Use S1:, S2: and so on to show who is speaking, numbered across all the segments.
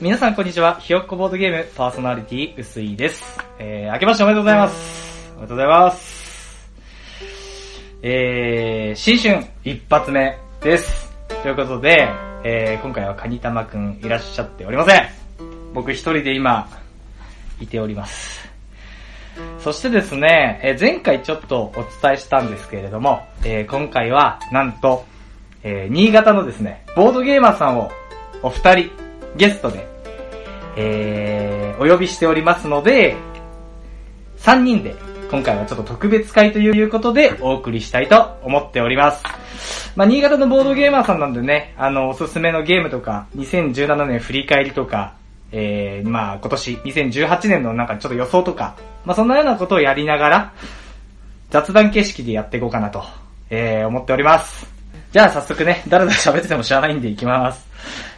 S1: 皆さんこんにちは。ひよっこボードゲームパーソナリティ、うすいです。えー、明けましておめでとうございます。おめでとうございます。えー、新春一発目です。ということで、えー、今回はカニタマくんいらっしゃっておりません。僕一人で今、いております。そしてですね、えー前回ちょっとお伝えしたんですけれども、えー今回はなんと、えー新潟のですね、ボードゲーマーさんをお二人ゲストで、えーお呼びしておりますので、3人で今回はちょっと特別会ということでお送りしたいと思っております。まあ、新潟のボードゲーマーさんなんでね、あの、おすすめのゲームとか、2017年振り返りとか、えー、まあ、今年、2018年のなんかちょっと予想とか、まあ、そんなようなことをやりながら、雑談形式でやっていこうかなと、えー、思っております。じゃあ早速ね、だらだら喋ってても知らないんでいきます。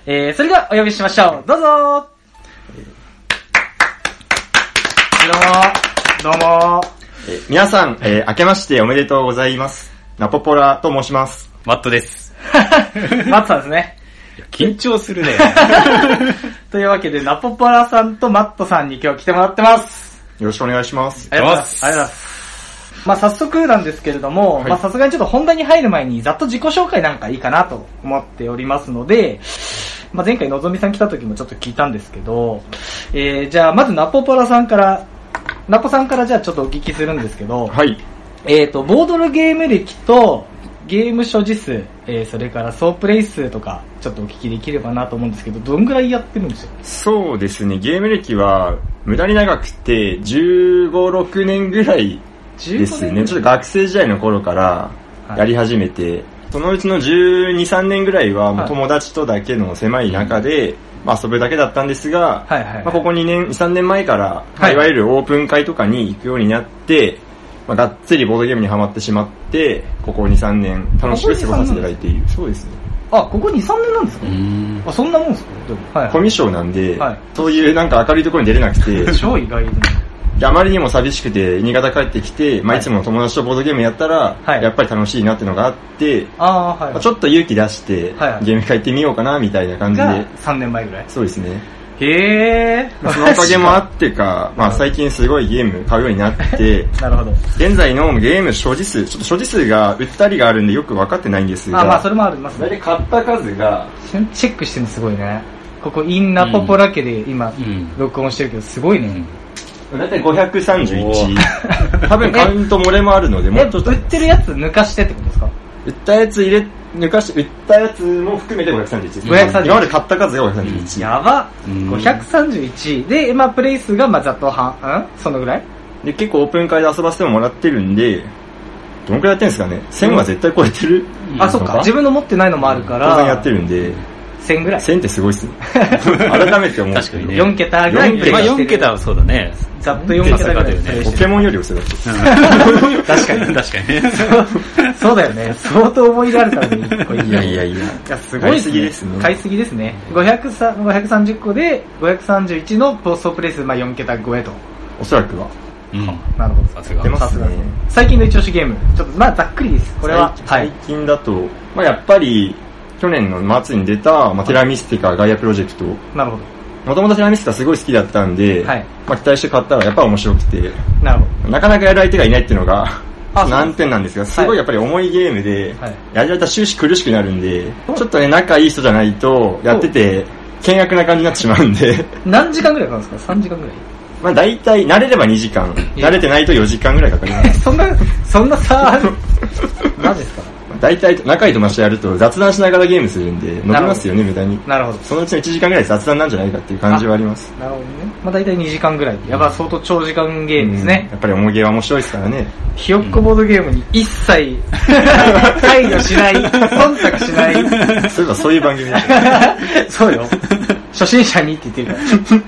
S1: えー、それではお呼びしましょう。どうぞどうもどうも
S2: えー皆さん、えー明けましておめでとうございます。ナポポラと申します。
S3: マットです。
S1: マットさんですね。
S3: 緊張するね。
S1: というわけで、ナポパラさんとマットさんに今日来てもらってます。
S2: よろしくお願いします。
S1: ありがとうございます。ありがとうございます。まあ早速なんですけれども、
S2: はい
S1: まあさすがにちょっと本題に入る前にざっと自己紹介なんかいいかなと思っておりますので、まあ前回のぞみさん来た時もちょっと聞いたんですけど、えー、じゃあまずナポパラさんから、ナポさんからじゃあちょっとお聞きするんですけど、
S2: はい。
S1: えー、と、ボードのゲーム歴と、ゲーム所持数、えー、それから総プレイ数とか、ちょっとお聞きできればなと思うんですけど、どんぐらいやってるんですよ
S2: そうですね、ゲーム歴は無駄に長くて15、6年ぐらいですね。ちょっと学生時代の頃から
S1: はい
S2: やり始めて、そのうちの12、3年ぐらいはも
S1: は
S2: う
S1: い
S2: 友達とだけの狭い中で、まあ遊ぶだけだったんですが、
S1: はいはいはい
S2: まあ、ここ2年、2、3年前から、ま
S1: は
S2: あ
S1: い
S2: いわゆるオープン会とかに行くようになって、まあ、がっつりボードゲームにハマってしまって、ここ2、3年楽しく過ごさせていただいている。そうですね。
S1: あ、ここ2、3年なんですか
S3: ん。
S1: あ、そんなもんですかでも。はい
S2: コミュ障なんで、
S1: はい、
S2: そういうなんか明るいところに出れなくて
S1: 超意外ですね。
S2: であまりにも寂しくて、新潟帰ってきて、ま
S1: は
S2: あ、
S1: い
S2: いつもの友達とボードゲームやったら、
S1: はい
S2: やっぱり楽しいなっていうのがあって、
S1: あー、はい。
S2: まあちょっと勇気出して、
S1: はいはい
S2: ゲーム会行ってみようかなみたいな感じ
S1: が
S2: で、
S1: 3年前ぐらい。
S2: そうですね。
S1: へえ。
S2: まあそのおかげもあってか、まあ、最近すごいゲーム買うようになって、
S1: なるほど。
S2: 現在のゲーム所持数、ちょっと所持数が売ったりがあるんでよく分かってないんですが、
S1: あ、まあそれもあります
S2: 大
S1: ね。
S2: 体買った数が、
S1: チェックしてるのすごいね。ここ、インナポポラ家で今
S3: ん、
S1: 録音してるけど、すごいね。
S2: 大体531。
S1: お
S2: 多分カウント漏れもあるので、も
S1: え、
S2: うちょっと
S1: 売。ってるやつ抜かしてってことですか
S2: 売ったやつ入れ、抜かし、売ったやつも含めて531です。
S1: 531
S2: 今まで買った数が531。
S1: やば。
S3: うん
S1: 531で、まあプレイ数が、まあざっと半、んそのぐらい
S2: で、結構オープン会で遊ばせてもらってるんで、どのくらいやってるんですかね ?1000 は絶対超えてる。
S1: あ、そっか。自分の持ってないのもあるから。
S2: 当然やってるんで、
S1: 1000ぐらい。
S2: 1000ってすごいっす ね。改めて思う。
S3: 確かにね
S1: 4桁ぐらい
S3: 4
S1: プレイ
S3: 桁。まあ
S1: してる。
S3: 4桁はそうだ ね。
S1: ざっと4桁ぐらいプレイ
S2: ポ
S1: して
S2: ケ
S1: る。
S2: モンより遅いだって。
S3: 確かに。確かにね。
S1: そうだよね。相当思い入れあるからね。これ
S2: いやいやいや。
S1: いや、すごいっ
S2: 買いすぎですね
S1: 買いすぎですね。500さ530個で、531のポストプレイ数、まあ4桁超えと。
S2: おそらくは。
S3: うん。
S1: なるほど。
S3: さすが
S2: 出。ま
S1: さ
S2: す
S1: すが
S2: ね
S1: です。最近の一押しゲーム。ちょっと、まあざっくりです。これは。は
S2: 最
S1: い。
S2: 近だと、まあ、やっぱり去年の末に出た、まあ、テラミスティカガイアプロジェクト
S1: なるほ
S2: もともとテラミスティカすごい好きだったんで、
S1: はい
S2: まあ、期待して買ったらやっぱ面白くて
S1: ど。なるほ
S2: なかなかやる相手がいないっていうのが
S1: あそう
S2: 難点なんですがすご
S1: はい
S2: いやっぱり重いゲームで、
S1: はい
S2: やられたら終始苦しくなるんで
S1: お
S2: ちょっとね仲いい人じゃないとやってて険悪な感じになってしまうんで
S1: ど。何時間ぐらいかかるんですか ?3 時間ぐらい。
S2: まあ大体慣れれば2時間
S1: いや
S2: 慣れてないと4時間ぐらいかかりま
S1: え
S2: す
S1: そんな、そんな差 あるマジですか
S2: 大体仲いい友達とやると雑談しながらゲームするんで伸びますよね無駄に
S1: なるほど。
S2: そのうちの1時間ぐらい雑談なんじゃないかっていう感じはあります。
S1: なるほどね。まあ大体2時間ぐらい。やっぱ相当長時間ゲームですね
S2: うん。やっぱり重げは面白いですからね。
S1: ひよっこボードゲームに一切配慮し ない、忖度しない。
S2: そういえばそういう番組だった。
S1: そうよ。初心者にって言ってるから。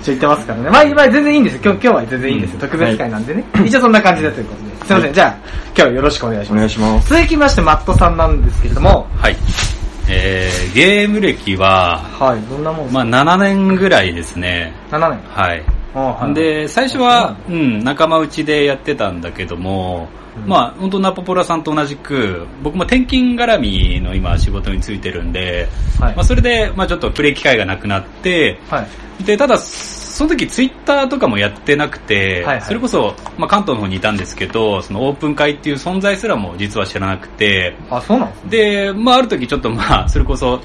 S1: 一応言ってますからね。まあ、まあ、全然いいんですよ。今日今日は全然いいんですよ。
S2: うん
S1: 特別会なんでね。一応そんな感じだということで。すいません。じゃあ、今日はよろしくお願いし
S2: お
S1: ます。
S2: 願いします。
S1: 続きまして、マットさんなんですけれども、
S3: はい。えー、ゲーム歴は、
S1: はい、どんなもんです
S3: ま
S1: か、
S3: あ7年ぐらいですね。
S1: ?7 年。
S3: はい。
S1: うん、
S3: で、最初は、うん、仲間内でやってたんだけども、まあ、本当ナポポラさんと同じく、僕も転勤絡みの今仕事についてるんで、
S1: はい
S3: まあ、それで、まあちょっとプレイ機会がなくなって、
S1: はい。
S3: で、ただ、その時ツイッターとかもやってなくて、
S1: はいはい
S3: それこそ、まあ関東の方にいたんですけど、そのオープン会っていう存在すらも実は知らなくて、
S1: あ、そうなんですね。
S3: で、まあある時ちょっとまあ、それこそ、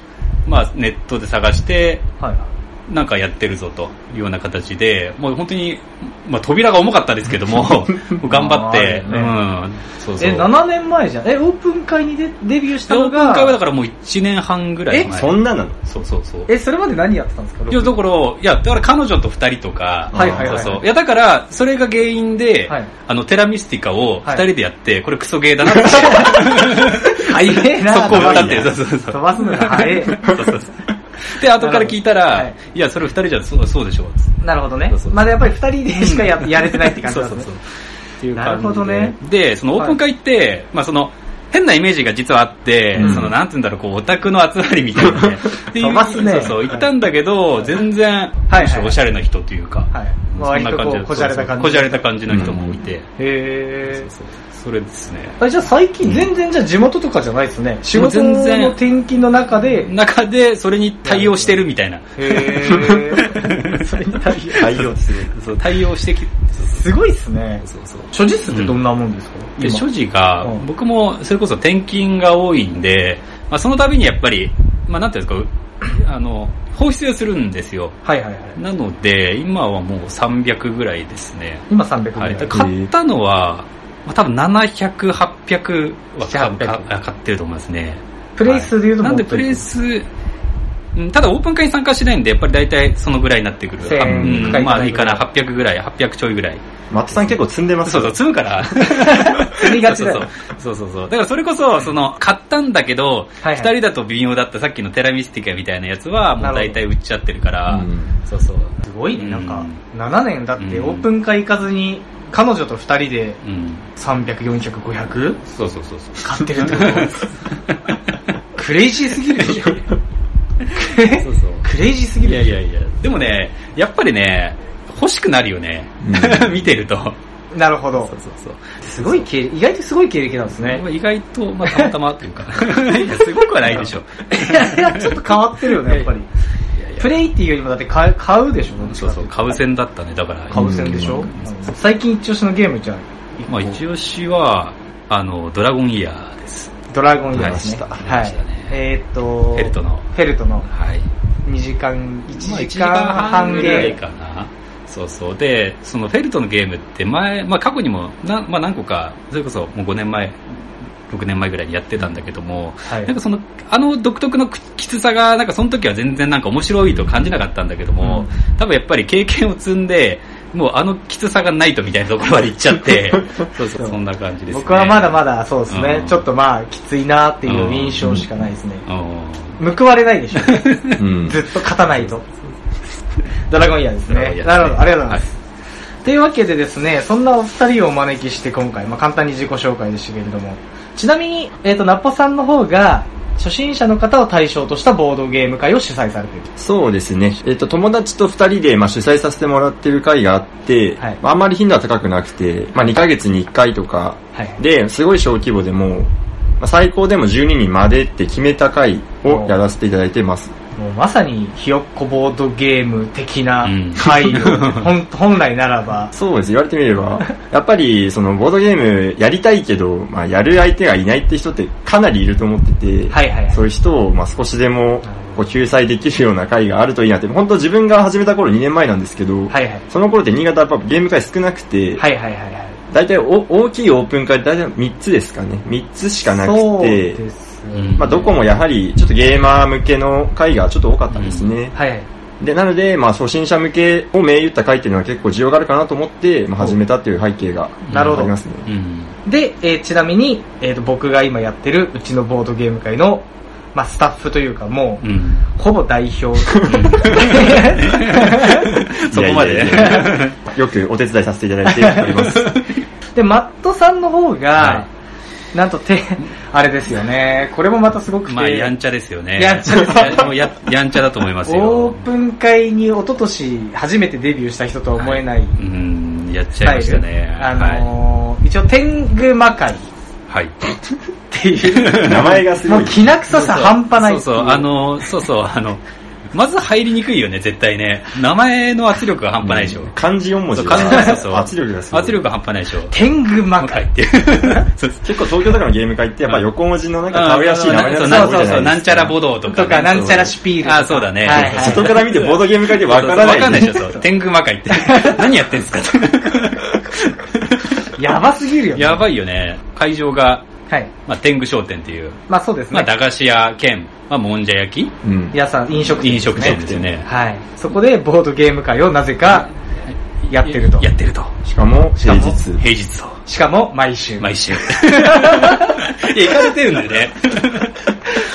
S3: まあネットで探して、
S1: はい。
S3: なんかやってるぞというような形で、もう本当に、まあ、扉が重かったですけど も、もう頑張って、
S1: まあ
S3: うん、そうそう。
S1: え、7年前じゃん。え、オープン会にデデビューした
S3: オ
S1: の
S3: ープン
S1: が、
S3: 会はだからもう1年半ぐらい前。
S2: そんななの
S3: そうそうそう。
S1: え、それまで何やってたんですか
S3: いや、だから、いや、だから彼女と二人とか、
S1: はいはいはい
S3: そうそう。いや、だから、それが原因で、
S1: はい
S3: あの、テラミスティカを二人でやって、これクソゲー だなって、
S1: 大変な。
S3: そこを歌っ
S1: 飛
S3: て、
S1: ば
S3: そう
S1: す
S3: そうそう。
S1: 飛ばすのが早い。
S3: そうそうそうで、後から聞いたら、
S1: はい
S3: い、や、それ二人じゃそうそうでしょ、つって
S1: なるほどね
S3: そうそ。う
S1: まだやっぱり二人でしかややれてないって感じ
S3: そ
S1: な
S3: うん
S1: で
S3: そ
S1: す
S3: うそう
S1: ね。。
S3: っていう感じで
S1: なるほどね。
S3: で、そのオープン会って、まあその、変なイメージが実はあって、
S1: うん
S3: その、なんて言うんだろう、こう、オタクの集まりみたいなね。っていう
S1: 飛ばすね
S3: そうそう、行ったんだけど、全然、
S1: はい
S3: むしろおしゃれな人というか、
S1: はい。まあ割とこう、こじゃれた感じ。
S3: こじゃれた感じの人もいて、
S1: へー
S3: そうそれですね。
S1: あじゃあ最近全然じゃあ地元とかじゃないですね。仕事
S3: もう全然
S1: の転勤の中で。
S3: 中で、それに対応してるみたいな。
S1: へー それに対応
S2: 対応する。
S3: そう対応してき
S1: すごいっすね。
S3: そうそう。
S1: 所持数ってどんなもんですか、
S3: で、
S1: 今
S3: 所持が、
S1: うん
S3: 僕もそれこそ転勤が多いんで、まあ、その度にやっぱり、まあ、なんていうんですか、あの、放出をするんですよ。
S1: はいはいはい。
S3: なので、今はもう300ぐらいですね。
S1: 今300ぐら。
S3: はいい。で買ったのは、まあ、多分700、800は多分
S1: 700
S3: か買ってると思いますね。
S1: プレイ数で言うと
S3: はい
S1: も
S3: な
S1: っ
S3: ん
S1: と
S3: でプレイス、うんただオープン会に参加しないんで、やっぱり大体そのぐらいになってくる。
S1: 1000
S3: あうん
S1: 回とか
S3: まあいいかな、800ぐらい、800ちょいぐらい。
S2: 松さん結構積んでます
S3: そうそう、積むから。
S1: 積みがちだよ
S3: そうそうそう。そうそうそうだからそれこそ、その、買ったんだけど、
S1: は
S3: 二、
S1: いはい
S3: 人だと微妙だったさっきのテラミスティカみたいなやつは、もう大体売っちゃってるから、
S2: うん
S3: そうそう。
S1: すごいね。なんか
S3: うん、
S1: 7年だって
S3: うん
S1: オープン会行かずに、彼女と2人で
S3: うん。
S1: 300、400、500
S3: そうそうそうそう。
S1: 買ってるってこと クレイジーすぎるでしょ。
S3: そうそう。
S1: クレイジーすぎ
S3: い
S1: る
S3: や
S1: で
S3: い
S1: しょ
S3: やいや。でもね、やっぱりね、欲しくなるよね。
S2: うん
S3: 見てると。そ
S1: なるほど
S3: う。そうそう。
S1: すごい経歴、意外とすごい経歴なんですね。
S3: 意外と、まあ、たまたまという か。いや、すごくはないでしょ。
S1: いやいや、ちょっと変わってるよね、やっぱり。
S3: いやいや
S1: プレイっていうよりもだって買う買うでしょ、どっち
S3: そ
S1: かっ
S3: う
S1: て
S3: そ、
S1: いうと
S3: 買う戦だったね、だから。
S1: 買う戦でしょうん最近一押しのゲームじゃん。
S3: まあ、一押しは、あの、ドラゴンイヤーです。
S1: ドラゴンイヤーですね。
S2: 出ま
S3: した
S1: は
S3: 出ました
S1: い
S3: ね。
S1: えーっと、
S3: フェルトの
S1: フェルトの
S3: はい。
S1: 2時間、
S3: まあ
S1: 1
S3: 一
S1: 時間半
S3: ぐ
S1: ゲ
S3: らい
S1: ーム。
S3: かな。そうそう。で、そのフェルトのゲームって前、まあ過去にもな、まあ何個か、それこそもう5年前、6年前ぐらいにやってたんだけども、
S1: はい
S3: なんかその、あの独特のききつさが、なんかその時は全然なんか面白いと感じなかったんだけども、多分やっぱり経験を積んで、もうあのきつさがないとみたいなところまで行っちゃ って、そうそう、そんな感じです、ね。
S1: 僕はまだまだそうですね、
S3: うん
S1: ちょっとまあきついなっていう印象しかないですね。
S3: うん。
S1: 報われないでしょ、
S2: うん
S1: ずっと勝た ないと。ドラゴンイヤーです
S3: ドラゴンイ
S1: ね。
S3: ヤー
S1: なるほど、ありがとうございます。というわけでですね、そんなお二人をお招きして今回、まあ、簡単に自己紹介でしたけれども、ちなみに、えっ、と、ナッポさんの方が、初心者の方を対象としたボードゲーム会を主催されている。
S2: そうですね。えっ、と、友達と二人で、まあ、主催させてもらってる会があって、
S1: はい
S2: まああんまり頻度は高くなくて、まあ、2ヶ月に1回とか、
S1: はい。
S2: で、すごい小規模でもう、まあ最高でも12人までって決めた回をやらせていただいてます。
S1: もうまさに、ひよっこボードゲーム的な
S3: うん
S1: 会を、ほん本来ならば、
S2: そうです、言われてみれ ば。やっぱり、その、ボードゲームやりたいけど、まあ、やる相手がいないって人ってかなりいると思ってて、
S1: はいはいはい
S2: そういう人を、まあ、少しでも、こう、救済できるような会があるといいなって、本当自分が始めた頃2年前なんですけど、
S1: はいはい。
S2: その頃って新潟はやっぱゲーム会少なくて、
S1: はいはいはいはい。
S2: 大体お大きいオープン会大体3つですかね。3つしかなくて、
S1: そうですね。
S3: うん
S2: まあどこもやはりちょっとゲーマー向けの会がちょっと多かったんですね。
S1: はいはい。
S2: で、なので、まあ初心者向けを銘打った会っていうのは結構需要があるかなと思って、まあ始めたっていう背景が
S1: なるほど
S2: ありますね。
S3: うん。
S1: で、えーちなみに、えーと、僕が今やってるうちのボードゲーム会の、まあ、スタッフというかもう、
S3: うん。
S1: ほぼ代表。
S3: そこま
S2: い
S3: で
S2: やい。やい やよくお手伝いさせていただいております。
S1: で、マットさんの方が、
S3: は
S1: なんとて、あれですよね。これもまたすごくて。
S3: まあ、やんちゃですよね。
S1: やんちゃです
S3: やもうややんちゃだと思います
S1: オ
S3: よ。
S1: ープン会に一昨年初めてデビューした人とは思えない
S3: うん、やっ
S1: ス
S3: ちゃい
S1: タ
S3: ま
S1: イ
S3: し
S1: ル。
S3: たね。
S1: あのー一応、天狗魔界っ
S3: はい。はい。
S1: ていう。
S2: 名前がす
S1: も
S2: ご
S1: う、
S2: い。
S1: きな臭さ半端ないってい
S3: そうそう、あ、の、そうそう、あの、まず入りにくいよね、絶対ね。名前の圧力が半端ないでしょ。
S2: 漢字4文字
S3: そう漢字そうそ う
S2: 圧力がすごい。
S3: 圧力が半端ないでしょ。
S1: 天狗魔
S3: 魔界
S1: 界
S3: っ。ていう。 そう
S2: 結構東京とかのゲーム会ってやっぱ横文字のなんか可愛らしい名前の
S3: そう
S2: やつ
S3: な
S2: が
S3: ん
S2: 多
S3: そう
S2: いじ
S3: そう、
S2: ゃな
S3: ないん
S2: です
S3: ちゃらボドーとかね。
S1: とかなんちゃらシュピールとか
S3: あ、そうだね。
S1: はいはい
S2: か。外から見てボードゲーム会ってわ
S3: わ
S2: からない。
S3: かんないでしょ、そう。天狗魔界って。何やってんすか
S1: やばすぎるよ、ね。
S3: やばいよね。会場が、
S1: はい。
S3: まあ、天狗商店っていう、
S1: まあそうですね。
S3: まあ、駄菓子屋兼、まあ、もんじゃ焼き
S2: うん。
S1: 皆さん、飲食店、
S3: 飲食店ですよね。
S1: はい。そこでボードゲーム会をなぜかやってると。
S3: やってると。
S2: しかも、平日。
S3: 平日と。
S1: しかも毎週。
S3: 毎週。いや、行かれてるんだね。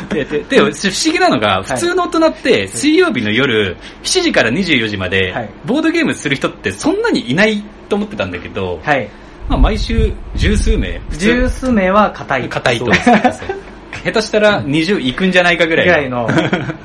S3: で、ででも不思議なのが、普通の大人って、水曜日の夜、7時から24時まで
S1: はい、
S3: ボードゲームする人ってそんなにいないと思ってたんだけど、
S1: はい。
S3: まあ、毎週十数名、普通
S1: 十数名は硬い。
S3: 硬いと。
S1: ぐ
S3: 下手したら20いくんじゃないかぐらい。
S1: らいの、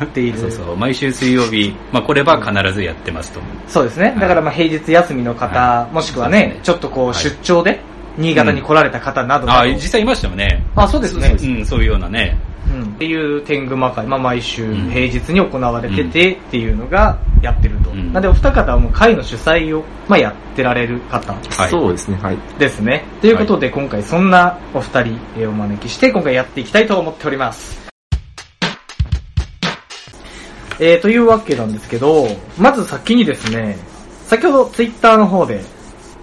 S1: っていう。
S3: そうそう、毎週水曜日、まあこれは必ずやってますと。
S1: そうですね。だからまあ平日休みの方、
S3: は
S1: もしくは
S3: そうで
S1: ね、
S3: すね
S1: ちょっとこ
S3: は
S1: う
S3: い
S1: 出張で新潟に来られた方などな
S3: あ
S1: ど、
S3: 実際いましたよね。
S1: あ、そうですね。
S3: ううん、そういうようなね。
S1: うんっていう天狗魔会、まあ毎週
S3: ん
S1: 平日に行われててっていうのがやってると。
S3: うん
S1: なんでお二方はもう会の主催を、まあ、やってられる方
S3: はい
S2: そうですね、はい。
S1: ですね。ということで今回そんなお二人えーお招きして今回やっていきたいと思っております。えー、というわけなんですけど、まず先にですね、先ほどツイッターの方で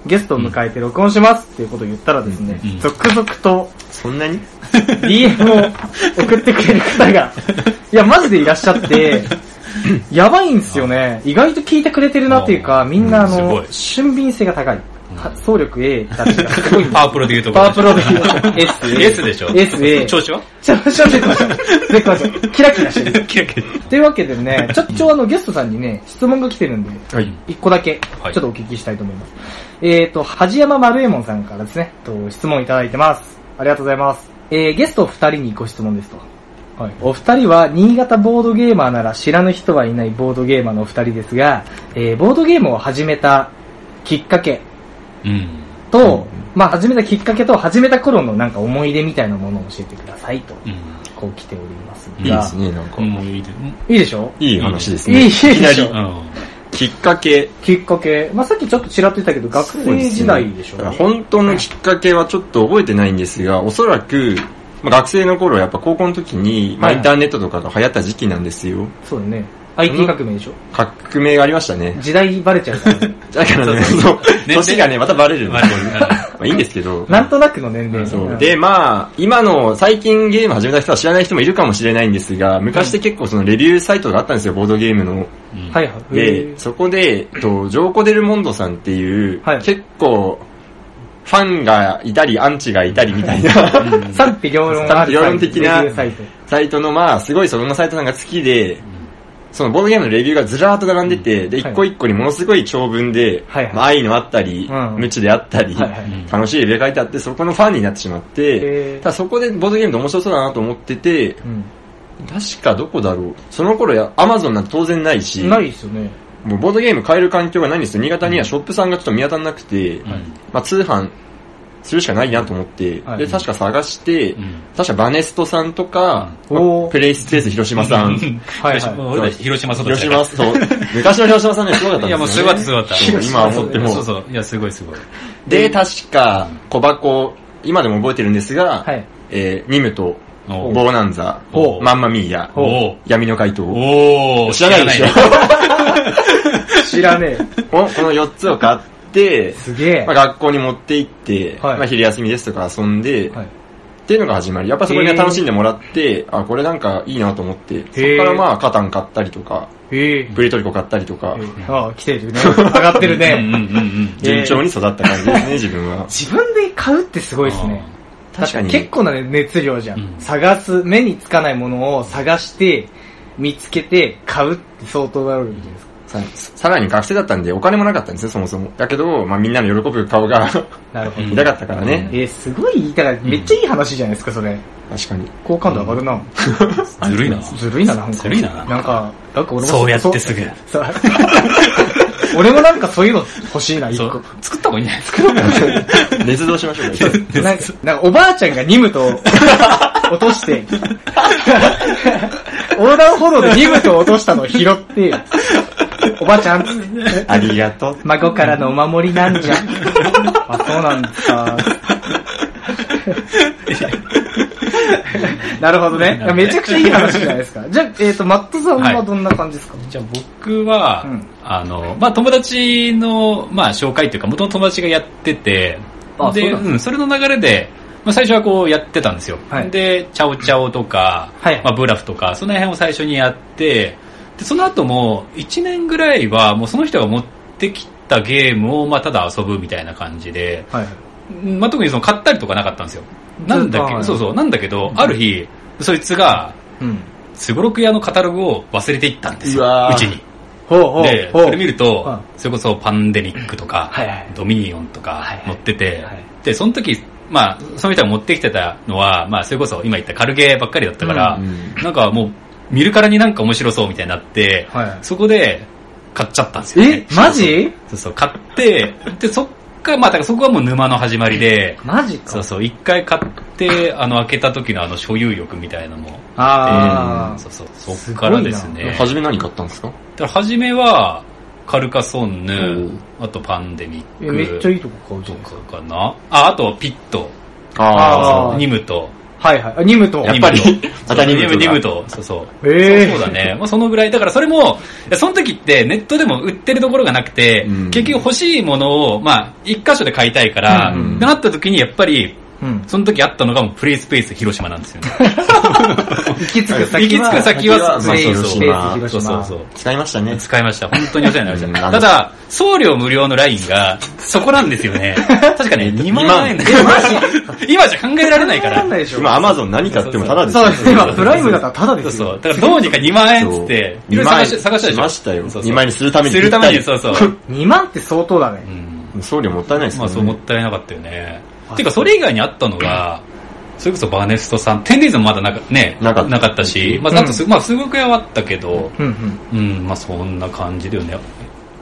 S1: ゲストを迎えて録音しますっていうことを言ったらですね、
S3: うんうん
S1: 続々と
S2: そんなに
S1: DM を送ってくれる方が、いや、マジでいらっしゃって、やばいんですよね。意外と聞いてくれてるなっていうか、
S3: うん
S1: みんなあ
S3: す
S1: の
S3: ごい、
S1: 俊敏性が高い。発想力 A たちがすごいんですよ
S3: パワープロで言うと
S1: パ
S3: ころ
S1: ワープロで言うと S
S3: S でしょ
S1: S A
S3: 調子は
S1: ちょ、ちょ、出てました。出てました。キラキラしてる。
S3: キラキラ
S1: というわけで ね、ちょ、ちょ、あの、ゲストさんにね、質問が来てるんで、
S2: はい。
S1: 一個だけ、ちょ
S3: は
S1: っ
S3: い
S1: とお聞きしたいと思います。えーと、は山丸右衛門さんからですね、と質問いただいてます。ありがとうございます。えー、ゲストお二人にご質問ですと。はい、お二人は新潟ボードゲーマーなら知らぬ人はいないボードゲーマーのお二人ですが、えー、ボードゲームを始めたきっかけ、
S3: うん。
S1: と、まあ始めたきっかけと始めた頃のなんか思い出みたいなものを教えてくださいと、
S3: うん。
S1: こう来ておりますが。
S2: いいですね、なんか。
S3: もういいで
S1: いいでしょ
S2: いい話です
S1: い
S2: ね。
S1: い、いいでし
S3: う
S1: ょ
S3: ん。
S2: きっかけ。
S1: きっかけ。まあさっきちょっとちらっと言ったけど、学生時代でしょ
S2: だから本当のきっかけはちょっと覚えてないんですが、おそらく、まあ、学生の頃やっぱ高校の時に、まあ、
S1: はい
S2: インターネットとかが流行った時期なんですよ。
S1: そうだね。IT 革命でしょ
S2: 革命がありましたね。
S1: 時代バレちゃう から、ね、
S2: だからね、
S3: そう
S2: そ
S3: そう
S2: う、年がね、またバレるんで
S3: ますあ
S2: よまあいいんですけど。
S1: なんとなくの年齢
S2: そうう。
S1: ん
S2: で、まあ、今の最近ゲーム始めた人は知らない人もいるかもしれないんですが、昔って結構そのレビューサイトがあったんですよ、ボードゲームの。
S3: うん
S1: はいはい。へ
S2: で、
S1: ー
S2: そこで、えっと、ジョーコ・デルモンドさんっていう、
S1: はい
S2: 結構、ファンがいたり、アンチがいたりみたいな、
S1: 賛否両論ある
S2: 賛否両論的な
S1: レビューサイト
S2: サイトの、まあ、すごいそのサイトさんが好きで、そのボードゲームのレビューがずらーっと並んでて、で、
S1: はい
S2: 一個一個にものすごい長文で、
S1: はいはい
S2: まあ、愛のあったり、
S1: うん
S2: 無知であったり、
S1: はいはい
S3: うん
S2: 楽しいレビューが書いてあって、そこのファンになってしまっ
S1: へー
S2: て、ただそこでボードゲームって面白そうだなと思ってて、
S1: う
S2: 確かどこだろう。その頃や、アマゾンなんて当然ないし、
S1: ん。ないですよね。
S2: もうボードゲーム買える環境がないんですよ。新潟にはショップさんがちょっと見当たらなくて、
S3: うん
S2: まあ通販するしかないなと思って、
S1: はい
S2: で、確か探して、
S3: うん
S2: 確かバネストさんとか、
S1: うんおー
S2: プレイスペース広島さ
S1: はい
S2: ん、
S1: はい。
S3: 俺ら広島育
S2: 広
S3: ちだ
S2: 島、
S3: か
S2: そう、昔の広島さんね、すごかったんですよ、ね。
S3: ら。いや、もうすごかった、すごかった。
S2: そう今思って
S3: そ
S2: も
S3: う。そう。いや、すごい、すごい。
S2: で、確か、小箱、今でも覚えてるんですが、
S1: はい
S2: えーニムと、
S3: お
S2: ボーナンザ
S3: お、
S2: マンマミーヤ
S3: お、
S2: 闇の怪盗。
S3: おー、
S2: 知らないでしょ
S3: 知 らない
S1: 知らね
S3: ね
S1: え。
S2: このこの4つを買 って、
S1: すげえ
S2: まあ、。学校に持って行って、
S1: はい
S2: まあ、昼休みですとか遊んで、
S1: はい
S2: っていうのが始まり、やっぱそこに
S1: へ
S2: ね
S1: ー
S2: 楽しんでもらって、あ、これなんかいいなと思って、そこ
S1: へー
S2: からまあ、カタン買ったりとか、
S1: へえ。
S2: プリトリコ買ったりとか、
S1: ああ、来てる ね。上がってる
S3: うん
S1: ね。
S3: うんうん
S1: へー
S2: 順調に育った感じですね、自分は。
S1: 自分で買うってすごいですね。確
S2: 確
S1: か
S2: か
S1: に
S2: に
S1: 結構な熱量じゃん,、
S3: うん
S1: 探す、目につかないものを探して、見つけて、買うって相当だろうじゃないですか。
S2: ささらに学生だったんでお金もなかったんですよ、そもそも。だけど、まあみんなの喜ぶ顔が
S1: なるほど。
S2: 見たかったからね。
S1: えー、すごい、だからめっちゃいい話じゃないですか、それ。
S2: 確かに。
S1: 好感度上がるな。
S3: ずるいな。
S1: ずるいな、なんか。
S3: ずるいな
S1: なんか、なんか俺も
S3: そうやってすぐ。
S1: そう 俺もなんかそういうの欲しいな、一
S3: そ
S1: 個
S3: う。。作った方がいいんじゃないですか。
S2: 捏造しましょうか。
S1: なんか、なんかおばあちゃんがニムトを落と して、横断歩道でニムトを落としたのを拾って、お ばあちゃんっつって、
S2: ありがとう。
S1: 孫からのお守りなんじ ゃ。あ、そうなんですか。なるほどね。めちゃくちゃいい話じゃないですか。じゃあ、えっ、と、マットさんはどんな感じですか、
S3: じゃあ僕は、
S1: うん
S3: あの、まあ友達の、まあ紹介というか、元の友達がやってて、
S1: あ
S3: で、
S1: そうなんです
S3: うん、それの流れで、まあ最初はこうやってたんですよ。
S1: はい
S3: で、チャオチャオとか、
S1: はい
S3: まあブラフとか、その辺を最初にやって、で、その後も、1年ぐらいは、もうその人が持ってきたゲームを、まあただ遊ぶみたいな感じで、
S1: はい。
S3: うんまあ、特にその買ったりとかなかったんですよ。なんだけ
S1: は
S3: ど、
S1: い
S3: そうそう、なんだけど、ある日、そいつが、
S1: うん。
S3: すごろく屋のカタログを忘れていったんです
S2: う
S3: よ
S2: わ、ー
S3: うちに。
S1: ほうほう
S3: で、
S1: ほう。
S3: それ見ると、
S1: うん
S3: それこそパンデミックとか、
S1: はいはい
S3: ドミニオンとか
S1: はいはい
S3: 持ってて、
S1: はい
S3: で、その時、まあ、その人が持ってきてたのは、まあ、それこそ今言った軽ゲーばっかりだったから、
S2: うんうん
S3: なんかもう、見るからになんか面白そうみたいになって、
S1: はい
S3: そこで買っちゃったんですよ、
S1: え
S3: ね。、
S1: マジ
S3: そうそう、買って、で、そっから、まあ、だからそこはもう沼の始まりで、
S1: マジか。
S3: そうそう、一回買って、あの、開けた時のあの、所有欲みたいなのも、
S1: あ
S3: そうそう、そっからです
S1: すご
S3: ね。
S2: 初め何買ったんですか
S3: だから初めは、カルカソンヌ
S2: うん、
S3: あとパンデミッ
S1: ー、え
S3: ク。
S1: めっちゃいいとこ買うじ
S3: と
S1: ゃん。
S3: かかな。あ、あとピット、
S1: あー
S3: そうニムと。
S1: はいはい。あ、ニムト。
S2: やっぱり
S3: ニムと
S2: またニムト
S3: そう
S2: が
S3: ニムと、そうそう。
S1: えー
S3: そうだね。まあそのぐらい。だからそれも、いやその時ってネットでも売ってるところがなくて、
S2: うん
S3: 結局欲しいものを、まあ一箇所で買いたいから、
S2: うんうん
S3: ってなった時にやっぱり、
S1: うん。
S3: その時あったのがもうプレイスペース広島なんですよね。
S1: 行き着く
S3: 行
S1: 先
S3: き
S1: は。
S3: 着く先は、
S2: 先は
S3: そうそう
S2: ス
S3: そ
S2: ペ
S3: う
S2: ース
S1: 広島
S3: そうそうそう。
S2: 使いましたね。
S3: 使いました。本当にお世話になりまし
S2: う
S3: た。
S2: ん
S3: ただ、送料無料のラインが、そこなんですよ ね。確かね、2万円。今じゃ考えられないか
S1: わかんな
S3: ら。
S1: いでしょ。
S2: 今、アマゾン何買ってもタダです
S1: そ
S2: よ
S1: うです。今、プライムだったらタダで
S3: そう
S1: すよ。
S3: そう。だからどうにか2万円っつって、いろいろ探し探したでしょ。
S2: しましたよ。
S3: そうそう
S2: 2枚にするために。
S3: するために、そうそう。
S1: 2万って相当だ
S3: う
S1: ね。
S3: ん
S2: 送料もったいないです
S3: ま
S2: よ
S3: あ
S2: ね。
S3: そうもったいなかったよね
S1: あ。
S3: ていうか、それ以外にあったのが、それこそバーネストさん、テンディーズもまだなか、ね、
S2: なかった
S3: ったし、まああとす、まあすごくやはあったけど、
S1: うんうん。
S3: うん、まあそんな感じだよね。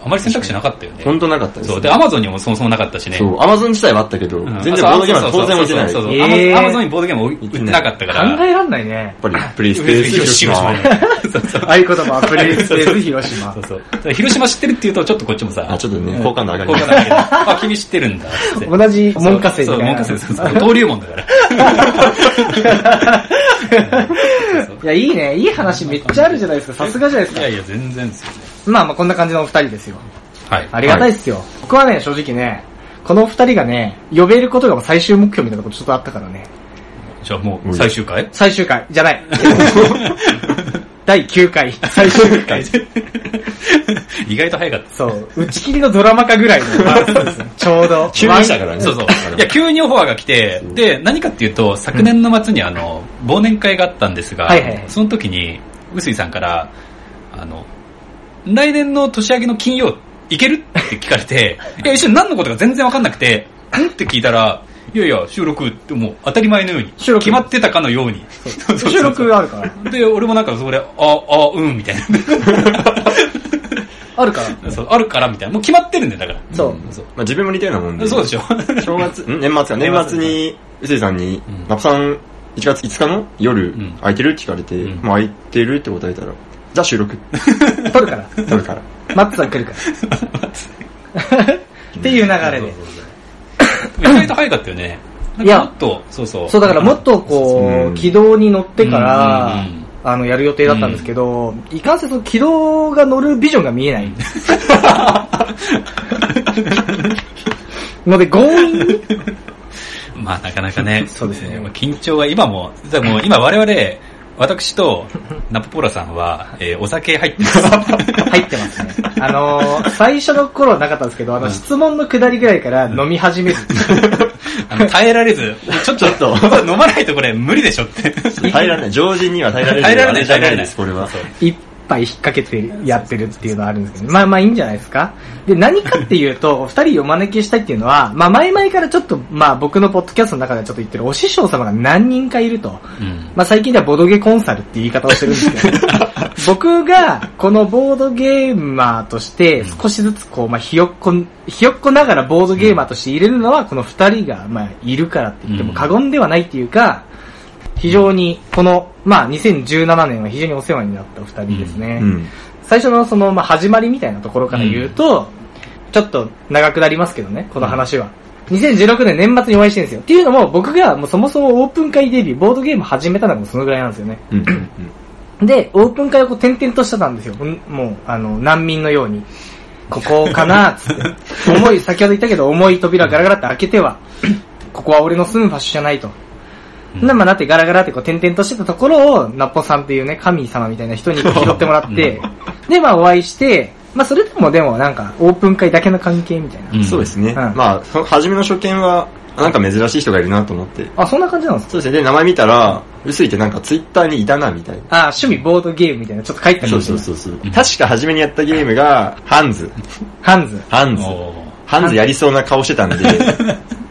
S3: あまり選択肢なかったよね。
S2: 本当なかったです
S3: そう。。で、アマゾンにもそもそもなかったしね。
S2: そう、アマゾン自体はあったけど、
S3: うん
S2: 全然ボードゲームは当然置いてない。
S3: そ
S2: やっ
S3: うそうそうそうそう
S1: えー
S3: アマアマゾンにボードゲーム置い売ってなかったか
S1: 考
S3: ら。
S1: えらんないね。
S2: ぱり、プレイスペー ス広島。
S3: そうそう
S1: 合言葉はプレイスペース広島
S3: そ。うそう。だから広島知ってるっていうと、ちょっとこっちもさ、
S2: あ、ちょっとね、
S3: うん
S2: 好感度上がり
S3: 好
S2: ま
S3: 感
S2: した。
S3: 度 上がるあ、君知ってるんだ。って
S1: 同じ文科生み
S3: そう、
S1: たい
S3: 文
S1: な。
S3: 科生、そうそう。登竜門だから。
S1: いや、いいね。いい話めっちゃあるじゃないですか。さすがじゃないで
S3: いや
S1: す
S3: いや、全然ですよね。
S1: か。まあまあ、こんな感じのお二人ですよ。
S3: はい。
S1: ありがたいっすよ。僕はね、正直ね、このお二人がね、呼べることが最終目標みたいなことちょっとあったからね。
S3: じゃあもう、最終回
S1: 最終回じゃ ない。第9回、最終回。
S3: 意外と早かった。
S1: そう、打ち切りのドラマ化ぐらいの、 ちょうど。
S2: 急に来たからね。
S3: そうそう。いや、急にオファーが来て、で、何かっていうと、昨年の末にあの、忘年会があったんですが
S1: はいはいはい、
S3: その時に、臼井さんから、あの、来年の年明けの金曜、行けるって聞かれて、いや、一緒に何のことか全然わかんなくて、んって聞いたら、いやいや、収録ってもう当たり前のように、
S1: 収録
S3: 決まってたかのように。そうそうそう
S1: 収録あるから。
S3: で、俺もなんかそれ、あ、あ、うん、みたい
S1: あるから。
S3: な。そう、あるから、みたいな。もう決まってるんだよ、だから。
S1: そう。
S3: そう
S2: まあ自分も似たようなもんで。
S3: そうでしょ。
S2: 正月、ん年末か、年末に、うせいさんに
S3: うん、
S2: ナプさん、1月5日の夜
S3: ん、
S2: 空いてるって聞かれて
S3: うん、
S2: まあ空いてるって答えたら、じゃあ収録、
S1: 撮るから。
S2: 撮る から。
S1: マッツさん来る から。っていう流れで。
S3: 意外と早かったよね。
S1: いや
S3: なんかもっと、そうそう。
S1: そう、だからもっとこ
S2: う
S1: う、
S2: ん
S1: 軌道に乗ってから
S3: うんうんうん、
S1: あの、やる予定だったんですけど、いかんせんその軌道が乗るビジョンが見え ない。ので、強引に、
S3: まあなかなかね。
S1: そうですね
S3: まあ緊張は今も、でも今我々、私とナポポーラさ んは、えーお酒入ってます。
S1: 入ってますね。あのー、最初の頃はなかったんですけど、あの、質問の下りぐらいから飲み始める。
S3: あの耐えられず、ちょっ
S2: ち
S3: と、
S2: ょっと
S3: 飲まないとこれ無理でしょって。
S2: 耐えられない。常人には耐えられない。
S3: 耐えられない
S2: あじゃないです、これは。
S1: 1杯引っ掛けてやってるっていうのはあるんですけど、まあまあいいんじゃないですか。で、何かっていうと、お二人をお招きしたいっていうのは、まあ前々からちょっと、まあ僕のポッドキャストの中ではちょっと言ってるお師匠様が何人かいると。
S3: うん。
S1: まあ最近ではボードゲコンサルって言い方をしてるんですけど、 僕がこのボードゲーマーとして少しずつこう、まあひよっこ、ひよっこながらボードゲーマーとして入れるのはこの二人が、まあいるからって言っても過言ではないっていうか、非常にこの、まあ2017年は非常にお世話になったお二人ですね。
S2: うん。
S1: 最初のその、まあ、始まりみたいなところから言うと、ちょっと長くなりますけどね、この話は。2016年年末にお会いしてるんですよ。っていうのも、僕がもうそもそもオープン会デビュー、ボードゲーム始めたのもそのぐらいなんですよね。
S2: うん。
S1: で、オープン会をこう転々としてたんですよ。うんもう、あの、難民のように。ここか なつって。重い、先ほど言ったけど、重い扉ガラガラって開けては、ここは俺の住む場所じゃないと。
S3: うん
S1: な、まあ、なってガラガラってこう転々としてたところを、ナッポさんっていうね、神様みたいな人に拾ってもらって、で、まあ、お会いして、まあ、それでもでもなんか、オープン会だけの関係みたいな。
S3: うん
S2: そうですね。
S1: うん
S2: まあ、そ初めの初見は、あなんか珍しい人がいるなと思って。
S1: あ、そんな感じなんですか
S2: そうですね。で、名前見たら、薄いってなんかツイッターにいたな、みたいな。
S1: あ、趣味ボードゲームみたいな、ちょっと書いてたり
S2: そう
S1: して
S2: そ
S1: ま
S2: う
S1: す
S2: そうそう。確か初めにやったゲームが、ハンズ。
S1: ハンズ。
S2: ハンズ。
S3: おー
S2: ハンズやりそうな顔してたん で、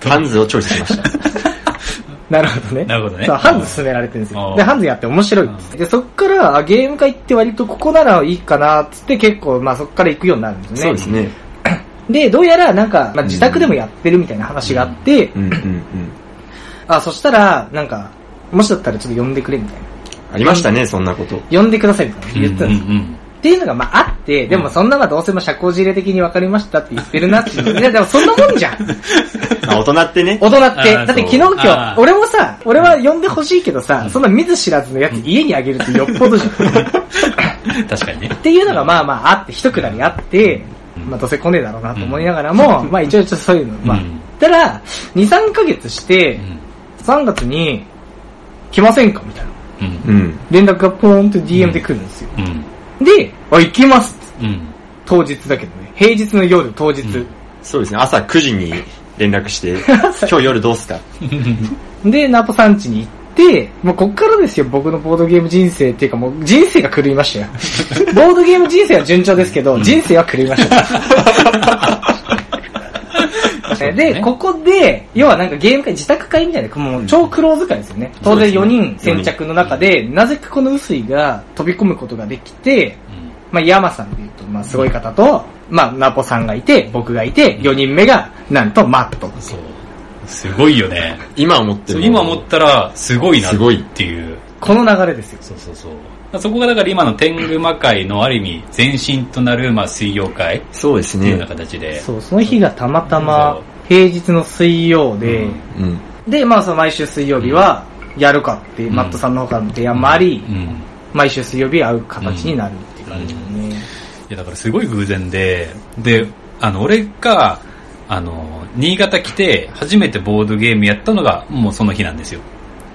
S2: ハンズをチョイスしました。
S1: なるほどね。
S3: なるほどね
S1: そう、ハンズ勧められてるんです
S3: う
S1: よ。
S3: ん
S1: で、ハンズやって面白いっつって。で、そっから、あゲーム会って割とここならいいかなっつって結構、まあそっから行くようになるんですね。
S2: そうですね。
S1: で、どうやらなんか、まあ自宅でもやってるみたいな話があって、
S2: うんうんうん。
S1: あ、そしたら、なんか、もしだったらちょっと呼んでくれみたい
S2: ありましたね、そんなこと。
S1: な。呼んでくださいみたいな言ってたんですよ。
S3: うんうん
S1: っていうのがまああって、でもそんなまあどうせも社交辞令的に分かりましたって言ってるなって。 いやでもそんなもんじゃん。
S2: まあ、大人って ね。
S1: 大人って。
S3: あ
S1: だ
S3: ー
S1: って昨日
S3: そう
S1: 今
S3: あ
S1: 日、
S3: ー
S1: 俺もさ、俺は呼んでほしいけどさ、そんな見ず知らずのやつ家にあげるってよっぽどじゃん。
S3: うん。確かに ね
S1: っ。ていうのがまあまああって、一くだりあって、まあどうせ来ねえだろうなと思いながらも、まあ一応ちょっとそういうの、まあ
S3: うん。
S1: たら、2、3ヶ月して
S3: う、ん
S1: 3月に、来ませんかみたいな。
S3: うん
S2: うん。
S1: 連絡がポーンと DM で来るんですよ。
S3: うん。
S1: で、あ、行きます
S3: うん。
S1: 当日だけどね。平日の夜、当日。
S3: うん
S2: そうですね。朝9時に連絡 して、今日夜どうすか
S1: で、ナポさん家に行って、もうこっからですよ、僕のボードゲーム人生っていうかもう人生が狂いましたよ。 ボードゲーム人生は順調ですけど、人生は狂いました。えで、ここで、要はなんかゲーム会、自宅会みたいな、もう超苦労使いですよね。当
S2: そうで
S1: 然
S2: すね
S1: 4人先着の中で、なぜかこの薄井が飛び込むことができて、まあ、山さんっていうと、まあ、すごい方と、まあ、ナポさんがいて、僕がいて、4人目が、なんと、マット。
S3: そう。すごいよね。
S2: 今思って
S3: そう
S2: る。
S3: 今思ったら、すごいな
S2: すごい
S3: っていう。
S1: この流れですよ。
S3: そうそうそう。そこがだから今の天狗魔界のある意味、前身となる、まあ、水曜会っ
S2: そうです
S3: ていうような
S2: ね。
S3: 形で。
S1: そう、その日がたまた
S3: そ
S1: ま
S3: う
S1: 平日の水曜で、
S3: うん
S2: うん。
S1: で、まあその毎週水曜日はやるかっていう、
S3: うん
S1: マットさんの方からの提案もあり、
S3: うん。
S1: 毎週水曜日会う形になるっていう感じだね。
S3: いや、だからすごい偶然で、で、あの、俺が、あの、新潟来て、初めてボードゲームやったのが、もうその日なんですよ。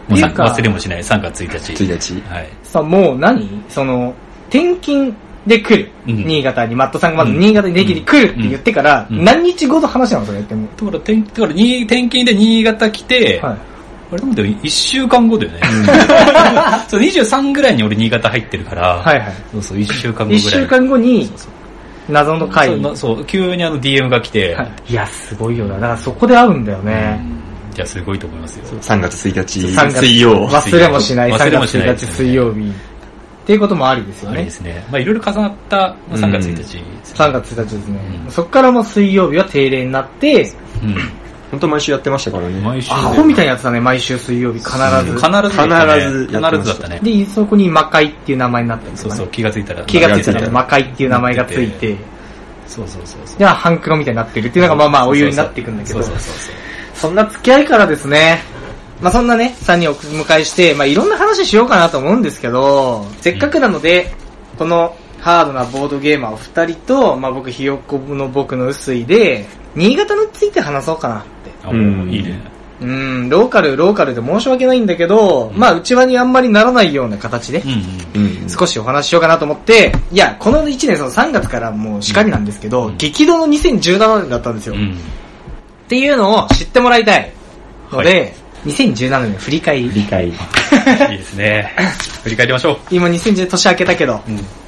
S3: もうさ
S1: っていうか
S3: 忘れもしない、3月1日。
S2: 1日。
S3: はい。
S1: さあもう何その、転勤で来る。
S3: うん
S1: 新潟に、マットさんがまず新潟にできに来るって言ってから、
S3: うん
S1: 何日後の話なのそれっても
S3: だから、転だからに転勤で新潟来て、
S1: う。はい。
S3: あれなんだよ、1週間後だよね。 そう、23ぐらいに俺新潟入ってるから、
S1: はいはい。
S3: そうそう、1週間後ぐらい。
S1: 一週間後に
S3: そうそう
S1: 謎の会
S3: そうなそう、急にあの DM が来て、
S1: はいいや、すごいよな。だからそこで会うんだよね。
S3: うんいや、すごいと思いますよ。
S2: 3月1日、
S1: 3月
S2: 水曜。
S1: 忘れもしない
S3: 忘
S1: 3
S3: れもし
S1: 月
S3: ない
S1: 1日水曜日。っていうこともありですよ
S3: あれで
S1: ね。
S3: すね。まあいろいろ重なったまあ3月1日ですね。
S1: 3月1日ですね。
S3: うん
S1: そっからもう水曜日は定例になって、
S2: 本当毎週やってましたからね。
S3: 毎週。
S1: アホみたいなやつだね、毎週水曜日必
S3: 必
S1: ず。
S3: ずだったね、
S2: 必ずやってました
S3: 必ずだったね。
S1: で、そこに魔界っていう名前になったりと
S3: そう
S1: か
S3: そ
S1: ね
S3: う、。気がついたら。
S1: 気がついた
S2: 気がついた
S1: ら
S2: ら
S1: 魔界っていう名前がつい
S3: な
S1: て、
S3: そうそうそうそう。
S1: じゃあ半黒みたいになってるっていうのがまあまあお湯になっていくんだけど
S3: そう、そうそう
S1: そんな付き合いからですね、まあそんなね、3人をお迎えして、まあいろんな話しようかなと思うんですけど、せっかくなので、このハードなボードゲーマーお二人と、まあ僕、ひよっこの僕の薄いで、新潟について話そうかなって。
S3: そう。あ、
S2: うん
S3: もういいね。
S1: うん、ローカル、ローカルで申し訳ないんだけど、まあ、内輪にあんまりならないような形で
S3: う、んうん。
S2: うん。
S1: 少しお話ししようかなと思って、いや、この1年、その3月からもうしかりなんですけど、
S3: うん
S1: 激動の2017年だったんですよ。
S3: うん
S1: っていうのを知ってもらいたい。ので、2017年振り返り。
S2: 理解。
S3: いいですね。振り返りましょう。
S1: 今2010年明けたけど、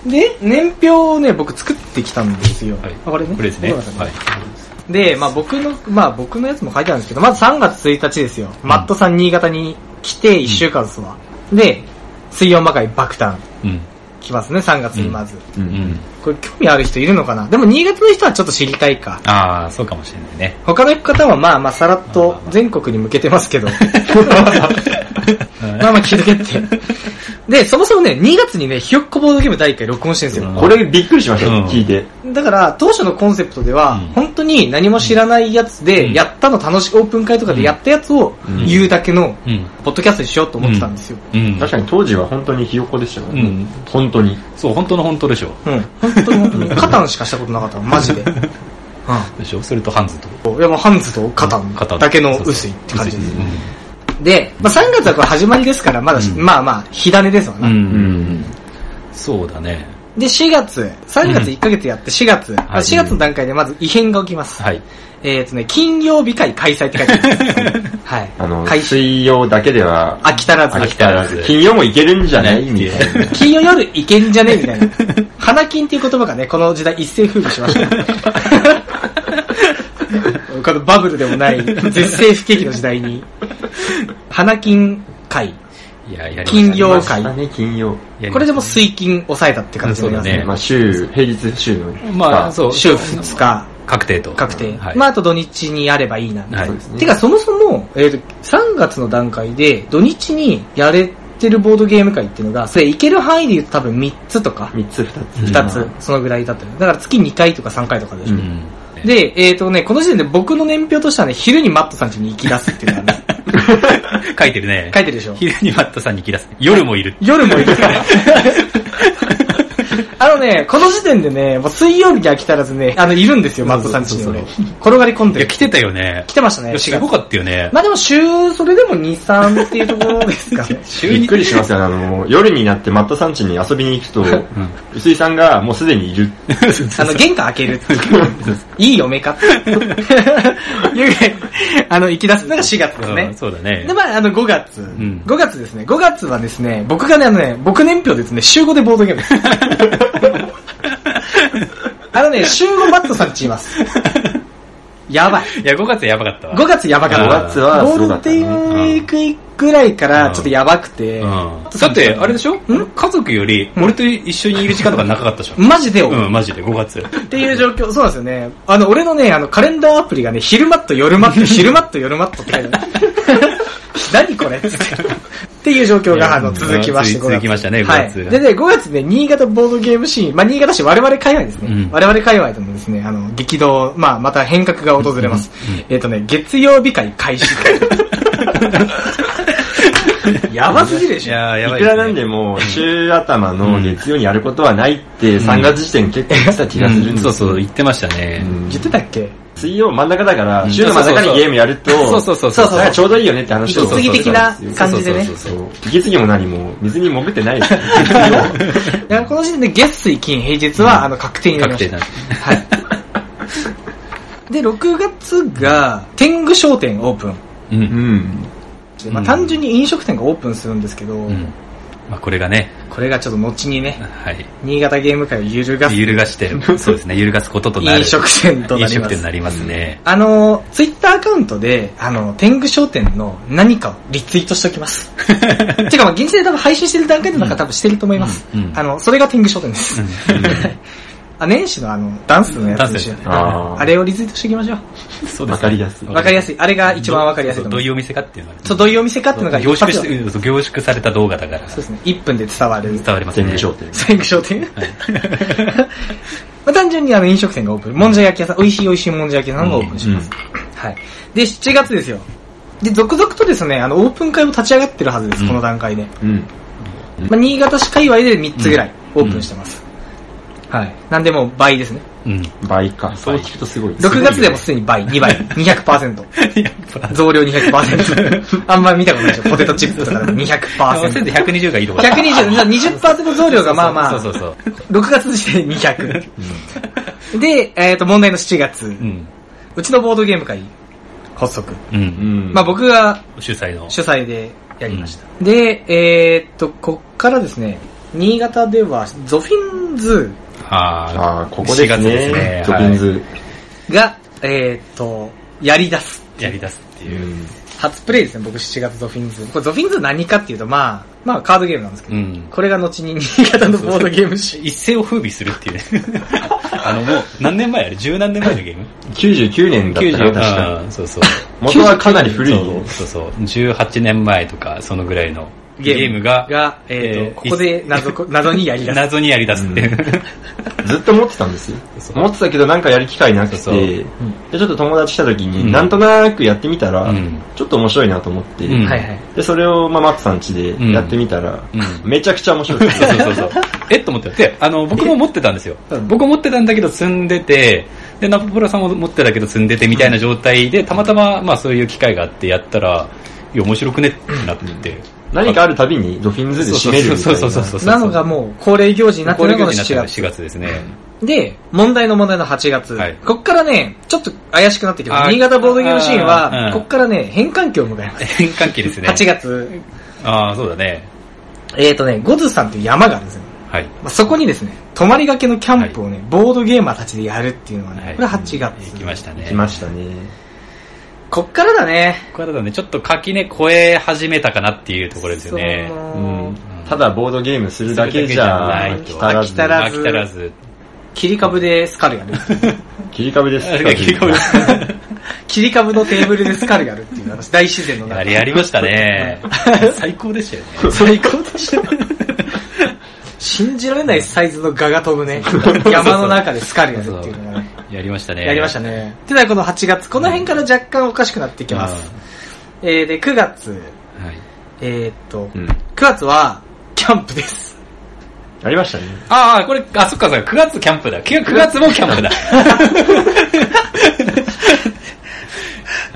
S3: うん
S1: で、年表をね、僕作ってきたんですよ。
S3: はい
S1: あこれね。
S3: これですね
S1: ごめんなさい
S3: はい
S1: で、まあ僕の、まあ僕のやつも書いてあるんですけど、まず3月1日ですよ。マットさん新潟に来て1週間ですわ。で、水曜魔界爆誕
S3: うん。
S1: 来ますね、3月にまず。
S2: う。
S3: うんん。
S1: これ興味ある人いるのかなでも新潟の人はちょっと知りたいか。
S3: ああ、そうかもしれないね。
S1: 他の方はまあまあさらっと全国に向けてますけど。まあまあ聞いとけって。で、そもそもね、2月にね、ひよっこボードゲーム第1回録音してるんですよ。
S3: うん
S2: これびっくりしました
S3: うん
S2: よ、聞いて。
S1: だから、当初のコンセプトでは、
S3: うん
S1: 本当に何も知らないやつで、
S3: うん
S1: やったの楽しい、オープン会とかでやったやつを
S2: うん
S1: 言うだけの、
S3: うん。
S1: ポッドキャストにしようと思ってたんですよ。
S3: うん。
S2: 確か
S3: に。
S2: に当時は本当にひよこでしたよ
S3: うん
S2: ね。本当に。
S3: そう、本当の本当でしょ。
S1: うん。本当に本当に。カタンしかしたことなかったの、マ ジで。うん。
S3: でしょそれとハンズと。
S1: いや、もうハンズとカタン
S3: 肩
S1: だけの薄いって感じ
S3: う
S1: で
S3: ん
S1: す。で、まあ、3月はこれ始まりですから、まだし、
S3: うん
S1: まあまあ、火種ですわ
S3: う。
S1: な。
S2: うんん。
S3: そうだね。
S1: で、4月、3月1ヶ月やって4月、まあ4月の段階でまず異変が起きます。
S3: はい。
S1: えっ、とね、金曜日会開催って書いてある。はい。
S2: あの、
S1: 開始。
S2: 水曜だけでは、
S1: 飽き足らず。
S3: 飽き足らず
S2: 金曜もいけるんじゃない
S3: ね
S2: みたいな。
S1: 金曜夜いけんじゃねみたいな。花金っていう言葉がね、この時代一世風靡しましたね。このバブルでもない、絶世不景気の時代に。花金会。
S3: いや、やりました
S1: 金曜
S2: ましたね、金曜。
S3: やりました
S1: これでも水金抑えたって感じになります
S3: そうだ
S1: ね。
S3: ね
S2: まあ週、平日週の。
S3: まあ、そう。
S1: 週2日
S3: 確定と。
S1: 確定。
S3: はい。
S1: まああと土日にやればいいな。
S3: はい
S2: そうですね。
S1: てかそもそも、えーと、3月の段階で土日にやれてるボードゲーム会っていうのが、それいける範囲で言うと多分3つとか、
S2: 三つ、二つ。
S1: 2つ、そのぐらいだったよねだから月2回とか3回とかでしょ。
S3: うん。
S1: で、えっ、とね、この時点で僕の年表としてはね、昼にマットさん家に行き出すっていうの がね、
S3: 書いてるね。
S1: 書いてるでしょ。
S3: 昼にマットさんに切らす。夜もいる。
S1: 夜も行くから。 あのね、この時点でね、もう水曜日に飽きたらずね、あの、いるんですよ、マットさん家に俺。転がり込ん
S3: い
S1: で
S3: や、
S1: る。
S3: 来てたよね。
S1: 来てました
S3: い
S1: ね、
S3: や、すごかったよね。。
S1: まあでも週、それでも2、3っていうところですかね
S3: 週
S2: びっ
S3: に
S2: くりしますよね。あの、夜になってマットさん家に遊びに行くと、薄井さんがもうすでにい る。
S1: あの、玄関開けるっていう。いい嫁か って。いうぐらいあの、行き出すのが4月です
S3: うん
S1: ね。
S3: そうだね。
S1: で、まあ、あの、5月。
S3: ん
S1: 5月ですね。5月はですね、僕がね、あのね、僕年表ですね、週5でボードゲー ムです。あのね、週5マットさんちいます。やばい。
S3: いや、5月やばかったわ。
S1: 5月やばかった。
S2: 5月は
S1: ゴ
S2: すご
S1: ー
S2: か
S1: ル
S2: った
S1: デ
S2: ね
S1: ンウィークぐらいからちょっとやばくて、
S3: うん。だって、あれでしょ家族より、俺と一緒にいる時間とか長かったでしょ
S1: マジで多い、
S3: うん、マジで、5月。
S1: っていう状況、そうなんですよね。あの、俺のね、あの、カレンダーアプリがね、昼マット、夜 マット、昼マット、夜マットって書いてある。何これっつって。っていう状況
S3: い
S1: が、
S3: や
S1: あの、続きまして、
S3: うん続きましたね
S1: は
S3: 5
S1: い。
S3: 月が
S1: でね、5月ね、新潟ボードゲームシーン、まあ、新潟市、我々界隈ですね。
S3: うん
S1: 我々界隈でもですね、あの、激動、まあ、また変革が訪れます。えっ、とね、月曜日会開始。 やばすぎるで
S3: い
S1: しょ。
S3: やー、
S2: い
S3: やばい
S2: く
S3: ですね。
S2: らなんでも、週頭の月曜にやることはないって、3月時点に結構来た気がするん
S3: う
S2: で
S3: ん
S2: す
S3: そ
S2: よ
S3: うそう、言ってましたね。
S2: うん
S1: 言ってたっけ
S2: 水曜真ん中だから、週の真ん中にゲームやると、
S3: そうそうそうそう。
S2: なんかちょうどいいよねって話を
S1: 息継ぎ的な感じでね
S3: そうそうそうそう
S2: 息継ぎも何も、水に潜ってないですよ。
S1: だからこの時点で月水金平日は、あの確定になりました。
S3: 確
S1: はい。で、6月が、天狗商店オープン。
S3: うん。う
S2: うんん。
S1: まあ、
S3: うん
S1: 単純に飲食店がオープンするんですけど、
S3: うん。まあ、これがね、
S1: これがちょっと後にね、
S3: はい。
S1: 新潟ゲーム会を揺るがす
S3: 揺るがして、そうですね、揺るがすこととなる。
S1: 飲食店となりま
S3: 飲
S1: す
S3: 食店になりますね。
S1: あの、ツイッターアカウントで、あの、天狗商店の何かをリツイートしておき ます。てか、まあ、現地で多分配信してる段階でなんか多分してると思います。
S3: うんうん
S1: あの、それが天狗商店です。 あ、年始のあの、ダンスのやつでしょ
S2: の
S3: ダンス
S2: やつねあー
S1: あれをリツイートしておきましょう。
S3: そうですね
S2: わかりやすい。
S1: わかりやすい。あれが一番わかりやすいと
S3: そう
S1: 思
S3: どう
S1: い
S3: いう
S1: ま
S3: お店かっていうのが。
S1: す。そう、どういうお店かっていうのが
S3: 凝縮し
S1: 一発で
S3: て、そう凝縮された動画だから。
S1: そうですね。1分で伝わる。
S3: 伝わります
S2: 全部
S3: ね。
S2: 商店。
S1: サイン商店 まあ単純にあの飲食店がオープン。もんじゃ焼き屋さん、美味しい美味しいもんじゃ焼き屋さんがオープンします。はい。で、7月ですよ。で、続々とですね、あの、オープン会も立ち上がってるはずです、
S3: うん
S1: この段階で。
S2: うん。
S1: まあ、新潟市界隈で3つぐらい
S3: うん
S1: オープンしてます。はい。なんでもう倍ですね。
S3: うん。
S2: 倍か。そう聞くとすごい。
S1: 6月でもすでに倍、2倍、200%。
S3: やっぱ
S1: 増量200%。あん まり見たことないでしょ。ポテトチップとかでも
S3: 合わせて
S1: 200%。
S3: 120がいいとこだ
S1: 120、じゃあ20%増量がまあまあ、
S3: そうそうそう。
S1: 6月時点で200。で、えっ、と、問題の7月、う
S3: うん。
S1: ちのボードゲーム会、発足。
S3: う。
S2: うんん。
S1: まあ僕が
S3: 主催の。
S1: 主催でやりました。で、えっ、と、こっからですね、新潟ではゾフィンズ
S3: あ
S2: あ
S3: あ
S2: あ、ここです
S3: 4月です
S2: ね
S3: ね。
S2: ゾフィンズ。
S1: ーが、えーっと、やり出す。
S3: やり出すっていう。
S1: 初プレイですね、僕7月ゾフィンズ。これゾフィンズ何かっていうと、まあ、まあカードゲームなんですけ
S3: う
S1: ど、
S3: ん。
S1: これが後に新潟のボードゲーム誌。
S3: 一世を風靡するっていうね。あの、もう、何年前あれ十何年前のゲーム
S2: 99年だったかな、確か
S3: うんそうそう。
S2: に。元はかなり古い。
S3: そうそうそう。18年前とか、そのぐらいのゲ
S1: ゲーム
S3: ームが、
S1: が、えーっと、
S3: え
S1: こ
S3: ー
S1: こで謎こ、謎にやり出す。
S3: 謎にやり出すっていう。
S2: ずっと持ってたんですよ
S3: そ。う
S2: 持ってたけどなんかやる機会なくて、
S3: そうそう
S2: で、ちょっと友達来た時
S3: う
S2: に、
S3: ん
S2: なんとなくやってみたら
S3: うん、
S2: ちょっと面白いなと思って、
S3: うん
S1: はいはい。
S2: で、それを、まあ、マッツさん家でやってみたら
S3: うんうん、
S2: めちゃくちゃ面白い。
S3: そうそうそうそう。えっと思って。で、あの、僕も持ってたんですよ
S1: う。ん
S3: 僕も持ってたんだけど積んでて、で、ナポプラさんも持ってたけど積んでてみたいな状態で、たまたま、まあそういう機会があってやったら、いや、面白くねってなって。
S2: 何かあるたびにドフィンズで締めるみた
S3: そう
S2: い
S3: そうそうそう
S2: な。
S3: そ
S1: な
S3: う。
S1: のがもう恒例行事になって
S3: こ
S1: る
S3: れ
S1: のがこ
S3: が
S1: の7
S3: 4
S1: 月。
S3: 月ですね。
S1: で、問題の問題の8月。
S3: はい
S1: こっからね、ちょっと怪しくなってきま
S3: あ
S1: す。
S3: ー
S1: 新潟ボードゲームシーンは、
S3: うん
S1: こっからね、変換期を迎えます。
S3: 変換期ですね。
S1: 8月。
S3: ああ、そうだね。
S1: えっ、とね、ゴズさんという山があるんですよ。
S3: はい。
S1: まあ、そこにですね、泊まりがけのキャンプをね、ボードゲーマーたちでやるっていうのはね、
S3: はい
S1: これ8月。
S3: 行きましたね。
S2: 来ましたね。
S1: こっからだね。
S3: これだね、ちょっと垣根超え始めたかなっていうところですよね
S1: そ。の
S2: うんただボードゲームするだけじ
S3: す
S2: ゃ
S3: るだけじ
S2: 来
S3: ゃな
S2: た
S3: い
S2: ら
S1: 飽
S2: ず
S1: きたら
S3: 飽き足らず。
S1: 切り株でスカルやる。
S2: 切り株です
S3: あれが 切り替わり
S1: 切り株のテーブルでスカルやるっていう話、大自然の
S3: あ
S1: 中
S3: れやりましたね。最高でしたよね。
S1: 最高でした。信じられないサイズのガが飛ぶ ね。山の中でスカルやるっていうのがね。
S3: やりましたね。
S1: やりましたね。てなこの8月、この辺から若干おかしくなってきます。えー、で、9月、
S3: うん。はい。
S1: えー、っと、
S2: うん。
S1: 9月は、キャンプです。
S2: ありましたね。
S3: ああ、これ、あ、そっかそっか、9月キャンプだ。9月もキャンプだ。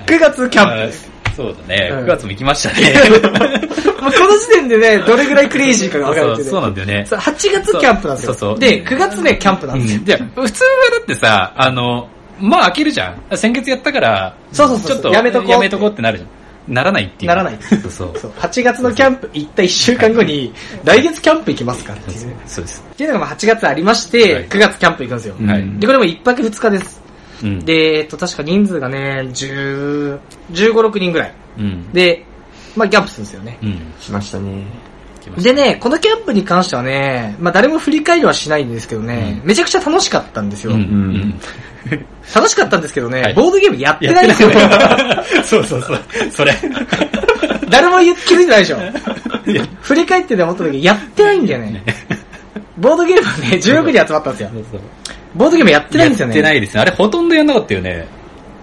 S1: 9月 キャンプです。
S3: プ。そうだね。
S1: うん
S3: 9月も行きました ね。
S1: もうこの時点でね、どれぐらいクレイジーかが分かるっ
S3: そ
S1: てい
S3: う
S1: うね
S3: そうなんだよね。
S1: そう8月キャンプなんですよ。
S3: そうそう
S1: で、9月ね、キャンプなんですよ。
S3: で、普通はだってさ、あの、まあ開けるじゃん。先月やったから、
S1: そうそうそう
S3: ちょっと
S1: やめとこう
S3: やめとこうってなるじゃん。ならないっていう。
S1: ならない
S3: そうそう。
S1: そう8月のキャンプ行った1週間後に、来月キャンプ行きますからっていうね。
S3: そうです。
S1: っていうのがまあ8月ありまし
S3: は
S1: て、
S3: い
S1: 9月キャンプ行くんですよ。
S3: はいう
S1: で、こ
S2: ん
S1: れも1泊2日です。
S3: うん。
S1: で、えっと、確か人数がね、10、15、6人ぐらい。
S3: うん。
S1: で、まあキャンプするんですよね。
S3: うん。
S2: しましたね。
S3: 来ました
S1: でね、このキャンプに関してはね、まあ誰も振り返りはしないんですけどね、めちゃくちゃ楽しかったんですよ。
S3: うん。
S2: う
S3: うん
S2: ん。
S1: 楽しかったんですけどね、
S3: はい
S1: ボードゲームやって
S3: や
S1: ないんですよ。
S3: そうそうそう。それ。
S1: 誰も言って気づいてないでしょ。振り返ってて思った時、やってないんだよね。ボードゲームはね、16人集まったんですよ。ボードゲームやってないんですよね。
S3: やってないですね。あれほとんどやんなかったよね。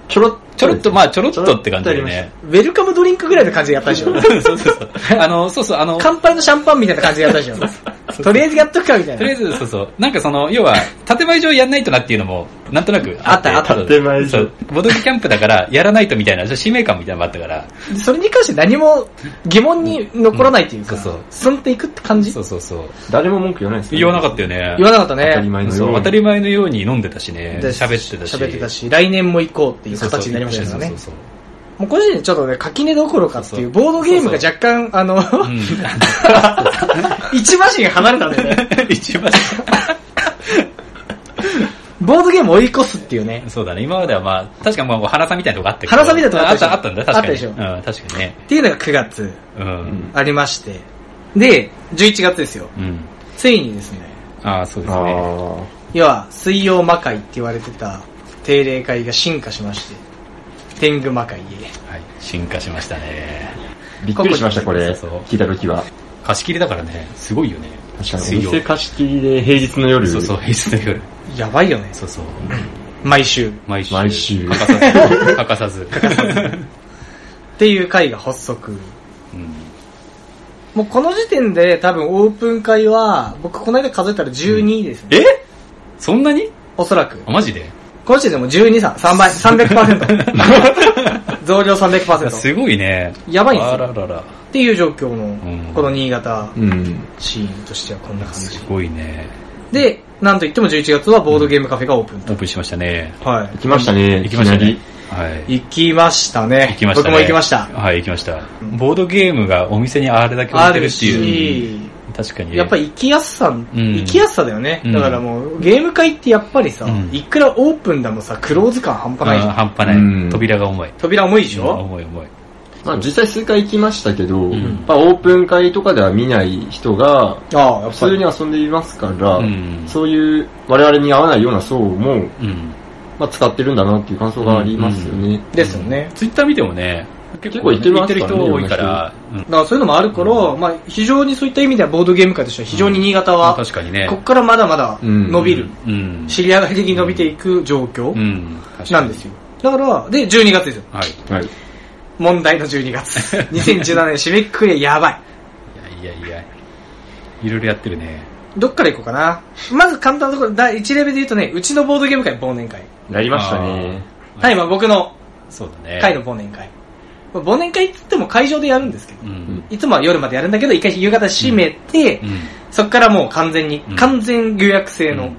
S2: ちょろっ
S3: ちょろっと、まあちょろっとって感じだよね。
S1: ウェルカムドリンクぐらいの感じでやったでしょ。
S3: そうそうそう。あの、そうそう、あの、と
S1: 乾杯のシャンパンみたいな感じでやったでしょ。とりあえずやっとくかみたい
S3: りあえ
S1: な。
S3: ず、そうそう。なんかその、要は、建前上やんないとなっていうのも、なんとなくって
S1: あったあった
S2: 建前上
S3: そう。ボドゲキャンプだから、やらないとみたいな、使命感みたいなのもあったから。
S1: それに関して何も疑問に残らないというか
S3: うんそうそう、
S1: すんっていくって感じ
S3: そうそうそう。
S2: 誰も文句言わないですね
S3: 言わなかったよね。
S1: 言わなかった
S2: 当たり
S1: ね。
S2: 前の
S3: そ
S2: よ
S3: う
S2: う
S3: 当
S2: に
S3: たり前のように飲んでたしね。
S1: で
S3: 喋ってたし。
S1: 喋ってたし、来年も行こうっていう形になりましたからね
S3: そう。そうそう
S1: もう個人でちょっとね、垣根どころかっていう、
S3: そうそ
S1: ボー
S3: う
S1: ドゲームが若干、あの、
S3: そう。うん。
S1: 一馬身離れたんだよね。
S3: 一番、
S1: ボードゲームを追い越すっていうね。
S3: そうだね。今まではまあ、確かまあ、原さんみたいなとこあったけど。
S1: 原さんみたいなとこあ
S3: あ
S1: っ
S3: ったた、
S1: でしょ
S3: あったんだ。確かに。
S1: あったでしょ
S3: うん、確かにね。
S1: っていうのが9月
S3: うん。
S1: ありまして。で、11月ですよ。
S3: うん。
S1: ついにですね、
S3: ああ、そうですね。
S2: あ
S1: 要は水曜魔界って言われてた定例会が進化しまして、天狗魔界へ。
S3: はい。進化しましたね。
S2: ーびっくりしました、これ。
S3: そうそう
S2: 聞いた時は。
S3: 貸し切りだからね。すごいよね。
S2: 確かに、
S3: 水
S2: お
S3: 曜
S2: 店貸し切りで平日の夜、
S3: そうそう、平日の夜。
S1: やばいよね。
S3: そうそう。
S1: 毎週。っ
S3: 毎週。
S2: 毎週
S3: 欠かさず。欠かさず。
S1: ていう会が発足。
S3: うん。
S1: もうこの時点で多分オープン会は、僕この間数えたら12ですね。
S3: えそんなに
S1: おそらく。
S3: あ、マジで
S1: この時点でもう12さ、3倍、300%。増量300%。
S3: すごいね。
S1: やばいんですよ
S3: あららら。
S1: っていう状況
S3: ん
S1: の、この新潟
S2: うん。
S1: シーンとしてはこんな感じ
S3: す。ごいね。
S1: で、なんといっても11月はボードゲームカフェがオープン
S3: オープンしましたね。
S1: と。は
S2: 行きましたね、
S3: 行きました
S2: いきな
S3: ね
S2: り。。
S3: はい。
S1: い。行きましたね。
S3: 行きましたね。
S1: 僕も行きました。
S3: はい、行きました。ボードゲームがお店にあれだけ置
S1: あ
S3: いてる
S1: る
S3: ってい
S1: し、
S3: う。確かにね。
S1: やっぱり生きやすさ、
S3: ん
S1: 生きやすさだよね。
S3: うん
S1: だからもう、ゲーム界ってやっぱりさ、
S3: うん
S1: いくらオープンでもさ、クローズ感半
S3: うん、
S1: 端ないじゃん。
S3: 半端
S2: う
S3: ない。
S2: ん
S3: 扉が重い。
S1: 扉重いでし
S3: うん
S1: ょ、
S3: 重い重い。
S2: まあ実際数回行きましたけど、
S3: ん
S2: まあオープン会とかでは見ない人が、
S1: ああ、やっ
S2: 普
S1: ぱ
S2: 通
S1: り
S2: に。遊んでいますから、
S3: うん
S2: そういう我々に合わないような層も、
S3: うん。
S2: まあ、使ってるんだなっていう感想がありますよね。
S1: ですよね。
S3: ツイッター見てもね、結
S2: 結構行ってます
S3: 行ってる
S2: からね
S3: 人多いから、うん
S1: だからそういうのもあるから、まあ非常にそういった意味ではボードゲーム界としては非常に新潟は、
S3: 確かにね。
S1: ここからまだまだ伸びる、
S3: うん。
S1: 知り上がり的に伸びていく状況
S3: うん。確か
S1: なん
S3: に
S1: ですよ。だから、で、12月ですよ。
S3: はい。
S2: はい。
S1: 問題の12月。2017年 締めくくりはやばい。
S3: いやいやいや。いろいろやってるね。
S1: どっから行こうかな。まず簡単なところ、第1レベルで言うとね、うちのボードゲーム会忘年会。
S2: やりましたね。
S3: あー
S1: はい、まあ僕の
S3: そうだね。
S1: 会の忘年会。まあ忘年会って言っても会場でやるんですけど
S3: う、ん。
S1: いつもは夜までやるんだけど、一回夕方閉めて、
S3: うん。い
S1: そっからもう完全に
S3: うん、
S1: 完全予約制の、
S3: うん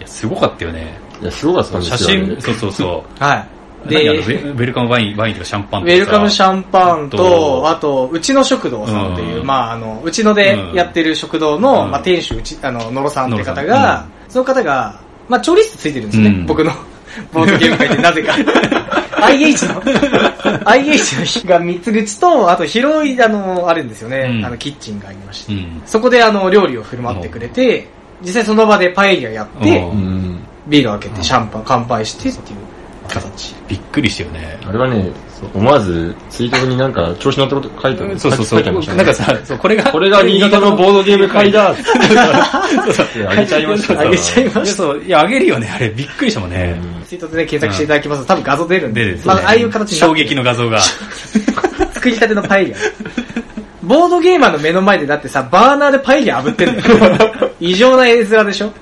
S3: や、すごかったよね。
S2: いや、すごかったんです
S3: 写
S2: よ。あれ
S3: 真、そうそうそ
S1: は
S3: う。
S1: い。
S3: で、ウ
S1: で、
S3: ェウェルカムワイン、ワインとかシャンパン
S1: ウ
S3: とかさ。
S1: ェルカムシャンパンと、
S3: あ
S1: あと、うちの食堂さんという、
S3: うん
S1: まああの、うちのでやってる食堂の、
S3: うん
S1: まあ店主、うち、あの、野呂さんって方
S3: 野呂さ
S1: が
S3: ん、
S1: その方が、まあ調理室ついてるんですね、
S3: うん
S1: 僕のボードゲーム会ってなぜか。IH の、IH の日が三つ口と、あと広い、あの、あるんですよね、
S3: うん
S1: あの、キッチンがありまして
S3: う。ん。
S1: そこであの、料理を振る舞ってくれて、実際その場でパエリアやって
S3: う、
S2: うん。
S1: ビールを開けてシャンパン乾杯してっていう形。
S3: びっくりしたよね。
S2: あれはね、そう思わず、ツイートになんか調子乗ったこと書いてある。
S3: そうそうそう。
S2: 書いてありました
S3: なんか
S2: ね。
S3: さ、そうこれが、
S2: これが新潟のボードゲーム会 だってあげちゃいましたから。
S1: あげちゃいま
S3: いや、そう、いや、あげるよね、あれ。びっくりしたもんね。
S1: ツイートでね、検索していただきますと、多分画像出るん
S3: で
S1: で、
S3: ですね
S1: まあ、ああいう形にな
S3: 衝
S1: って
S3: 撃の画像が。
S1: 作りたてのパエリア。ボードゲーマーの目の前でだってさ、バーナーでパエリア炙ってるの よ異常な絵面でしょ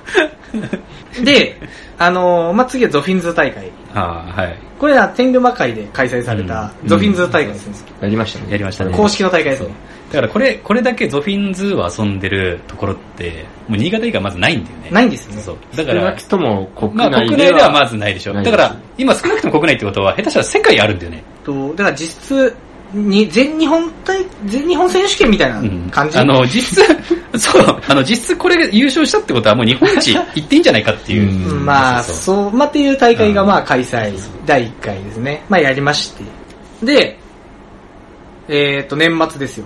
S1: で、あのーまあ、次はゾフィンズ大会。
S3: ああ、はい。
S1: これは天狗魔会で開催された
S3: うん
S1: ゾフィンズ大会ですね。
S2: やりましたね。
S3: やりましたね
S1: 公式の大会です
S3: そう
S1: ね。。
S3: だからこれ、これだけゾフィンズは遊んでるところって、もう新潟以外まずないんだよね。
S1: ないんですよ
S3: そう
S1: ね。
S3: そう。だか
S2: 少な
S3: ら
S2: く、とも国
S3: まあ
S2: 内では。
S3: 国内ではまずないでしょ。
S2: ない
S3: だ
S2: です
S3: から、今少なくとも国内ってことは、下手したら世界あるんだよね。
S1: と、だから実質、に、全日本大、全日本選手権みたいな感じ、
S3: あの、実質、 そう、あの、実質これ優勝したってことはもう日本一行っていいんじゃないかっていうう。
S2: ん
S1: まあ、
S3: そう
S1: そうまあ、っていう大会がまあ開催、第1回ですね。まあやりまして。で、えっ、と、年末ですよ。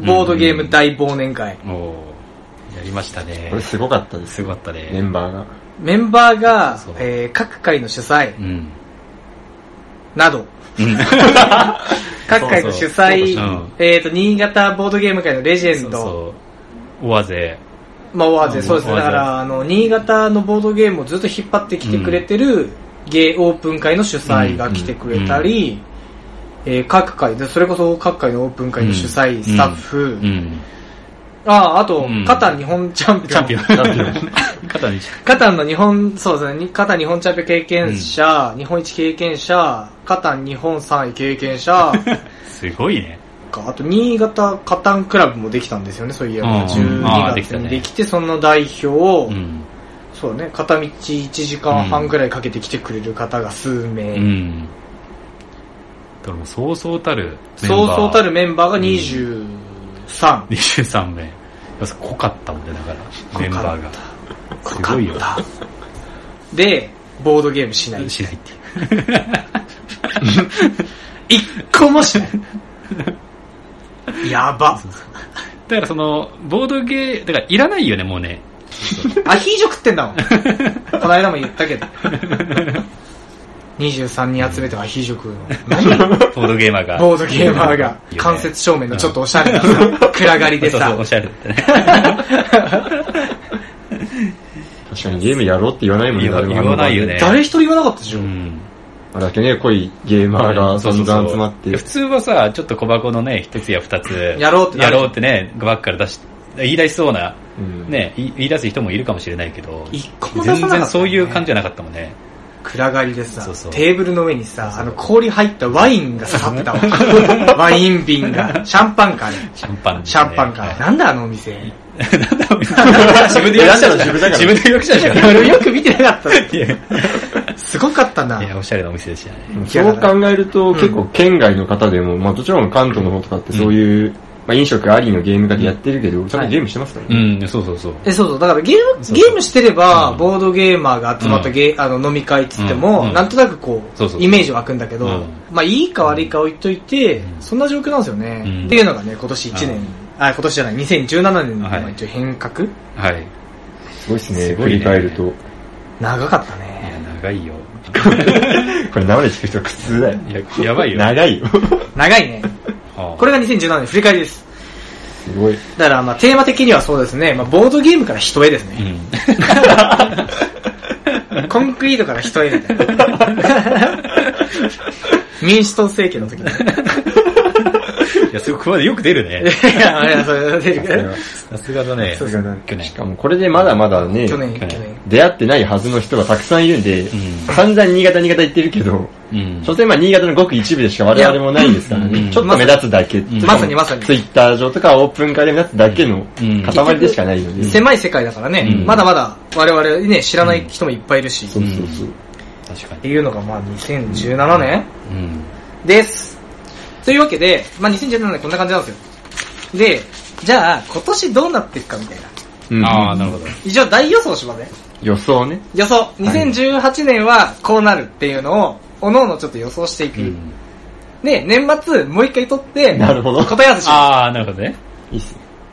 S1: ボードゲーム大忘年会。
S3: もう、やりましたね
S2: こ。れすごかったです。
S3: すごかった
S2: メ
S3: ね。
S2: ンバーが。
S1: メンバーが
S3: そう、
S1: えー各会の主催
S3: うん。
S1: など、 各会の主催
S3: そうそう、
S1: えっ、と、新潟ボードゲーム界のレジェ
S3: そ
S1: ン
S3: う
S1: ド、
S3: そう。オアゼ。
S1: まあ、ワーゼ、
S3: うん
S1: そうですね。
S3: ワー
S1: だか
S3: ゼ
S1: ら、あの、新潟のボードゲームをずっと引っ張ってきてくれてる、ゲーオープン会の主催が来てくれたり、えー各会で、それこそ各会のオープン会の主催、
S3: うん
S1: スタッフ、
S3: うん。
S1: ああ、あと
S3: うん、
S1: カタン日本チャンピオン。
S3: チャンピオン。チャンピオン。 肩に
S1: カタンの日本、そうですね、カタン日本チャンピオン経験者、日本一経験者、カタン日本3位経験者、
S3: すごいね。
S1: かあと、新潟カタンクラブもできたんですよね、そういえば。
S3: うんああ
S1: 12
S3: でき
S1: 月
S3: たね
S1: にできて、その代表を、
S3: うん。
S1: そうね、片道1時間半ぐらいかけて来てくれる方が数名、
S3: うん。だからもうそうそうたるメンバ
S1: そ
S3: ー。
S1: うそうた
S3: る。
S1: るメンバーが23。
S3: 23名。いやそ濃かったもんね、だから、メンバーが。すごいよ。
S1: で、ボードゲームしない。
S3: しないっていう。
S1: 一個も しない。やば。
S3: だからその、ボードゲー、だからいらないよね、もうね。
S1: アヒージョ食ってんだもん。この間も言ったけど。23人集めてアヒージョ食うの。
S3: ボードゲーマーが。
S1: ボードゲーマーが
S3: いいよね
S1: 間接照明のちょっとおしゃ れなさ暗がりで
S3: そうそう、
S1: さ
S3: お。しゃれだったね。
S2: 確かにゲームやろうって言わないもん
S3: 言わ
S2: 誰も
S3: 言わないよね
S1: 誰一人言わなかったでし
S3: う
S1: ょ。
S3: ん。
S2: あれだけね、濃いゲーマーが
S3: そう
S2: 散
S3: そうそう
S2: 々集まって
S3: 普。通はさ、ちょっと小箱のね、一つや二つ。
S1: やろうってな
S3: や
S1: る
S3: ろうってね、バッから出し、言い出しそうな、
S2: うん
S3: ね、い言い出す人もいるかもしれないけど。
S1: 一個も出さなかったよね
S3: 全然そういう感じじゃなかったもんね。
S1: 暗がりでさ
S3: そうそう
S1: テーブルの上にさ、あの氷入ったワインが刺さってた わ。ワイン瓶が。シャンパンかね。
S3: シャンパン、
S1: シャンパンか。 なんだあのお店。
S3: 自分で予約した
S2: 自分だから
S3: 自分で予約したじゃん。
S1: 俺よく見てなかっ
S3: いや
S1: た。すごかったな。
S3: いや、おしゃれなお店でしたね。
S2: そう考えると、
S1: ん
S2: 結構県外の方でも、まあもちろん関東の方とかってそういうまあ、飲食ありのゲーム化でやってるけど、ちゃんとゲームしてますから
S3: う
S2: ね。
S3: ん、そうそうそう。
S1: え、そうそう。だからゲーム、
S3: そうそう
S1: ゲームしてれば、
S3: うん
S1: ボードゲーマーが集まったゲー、あの、飲み会っつっても、
S3: うん
S1: なんとなくこう、
S3: そうそう
S1: イメージ湧くんだけど、
S3: うん
S1: まあ、いいか悪いか置いといて、
S3: うん
S1: そんな状況なんですよね、
S3: うん
S1: っていうのがね、今年1年、あ、今年じゃない、2017年のまあ一応変革、
S3: はい。
S2: すごいっすね、
S3: すご
S2: 振
S3: いね
S2: り返ると。
S1: 長かった
S3: いや、
S1: ね。
S3: 長いよ。
S2: これ生で聞く人苦痛だよ。
S3: いや、やばいよ。
S2: 長いよ。
S1: 長いね。
S3: はあ
S1: これが2017年振り返りです。
S2: すごい。
S1: だから、まあ、テーマ的にはそうですね、まあ、ボードゲームから人へです
S3: う
S1: ね。
S3: ん。
S1: コンクリートから人へみたいな。 民主党政権の時 に。
S3: いや、すごい、ここまでよく出るね。
S1: いや、あれはそれ出るけど。
S3: さすがだね。
S1: そうそう
S3: 去年
S2: し。かもこれでまだまだね、
S1: 去年、去
S3: 去
S1: 年
S3: 年。
S2: 出会ってないはずの人がたくさんいるんで、
S3: ん
S2: 散々新潟新潟言ってるけど、
S3: うん。
S2: 所詮まあ新潟のごく一部でしか我々もないんですから
S3: い
S2: ね。
S3: や
S2: ちょっと目立つだけ。
S1: まさにまさに
S2: ツイッター上とかオープン化で目立つだけの
S3: うん
S2: 塊でしかないので。
S1: 狭い世界だからね、
S3: うん
S1: まだまだ我々ね、知らない人もいっぱいいるし、
S2: そう
S1: っ
S2: そうそう。
S3: 確かに。
S1: ていうのがまあ2017年
S3: うん。
S1: です。というわけで、まあ2017年こんな感じなんですよ。で、じゃあ今年どうなっていくかみたいな。
S2: うん
S3: ああ、なるほど。
S1: 一応大予想しますね。
S2: 予想ね。
S1: 予想。2018年はこうなるっていうのを、おのおのちょっと予想していく。
S3: うん
S1: で、年末もう一回撮って、
S2: なるほど
S1: 答え合わせしま
S3: ああ、なるほどね。
S2: いいっすね。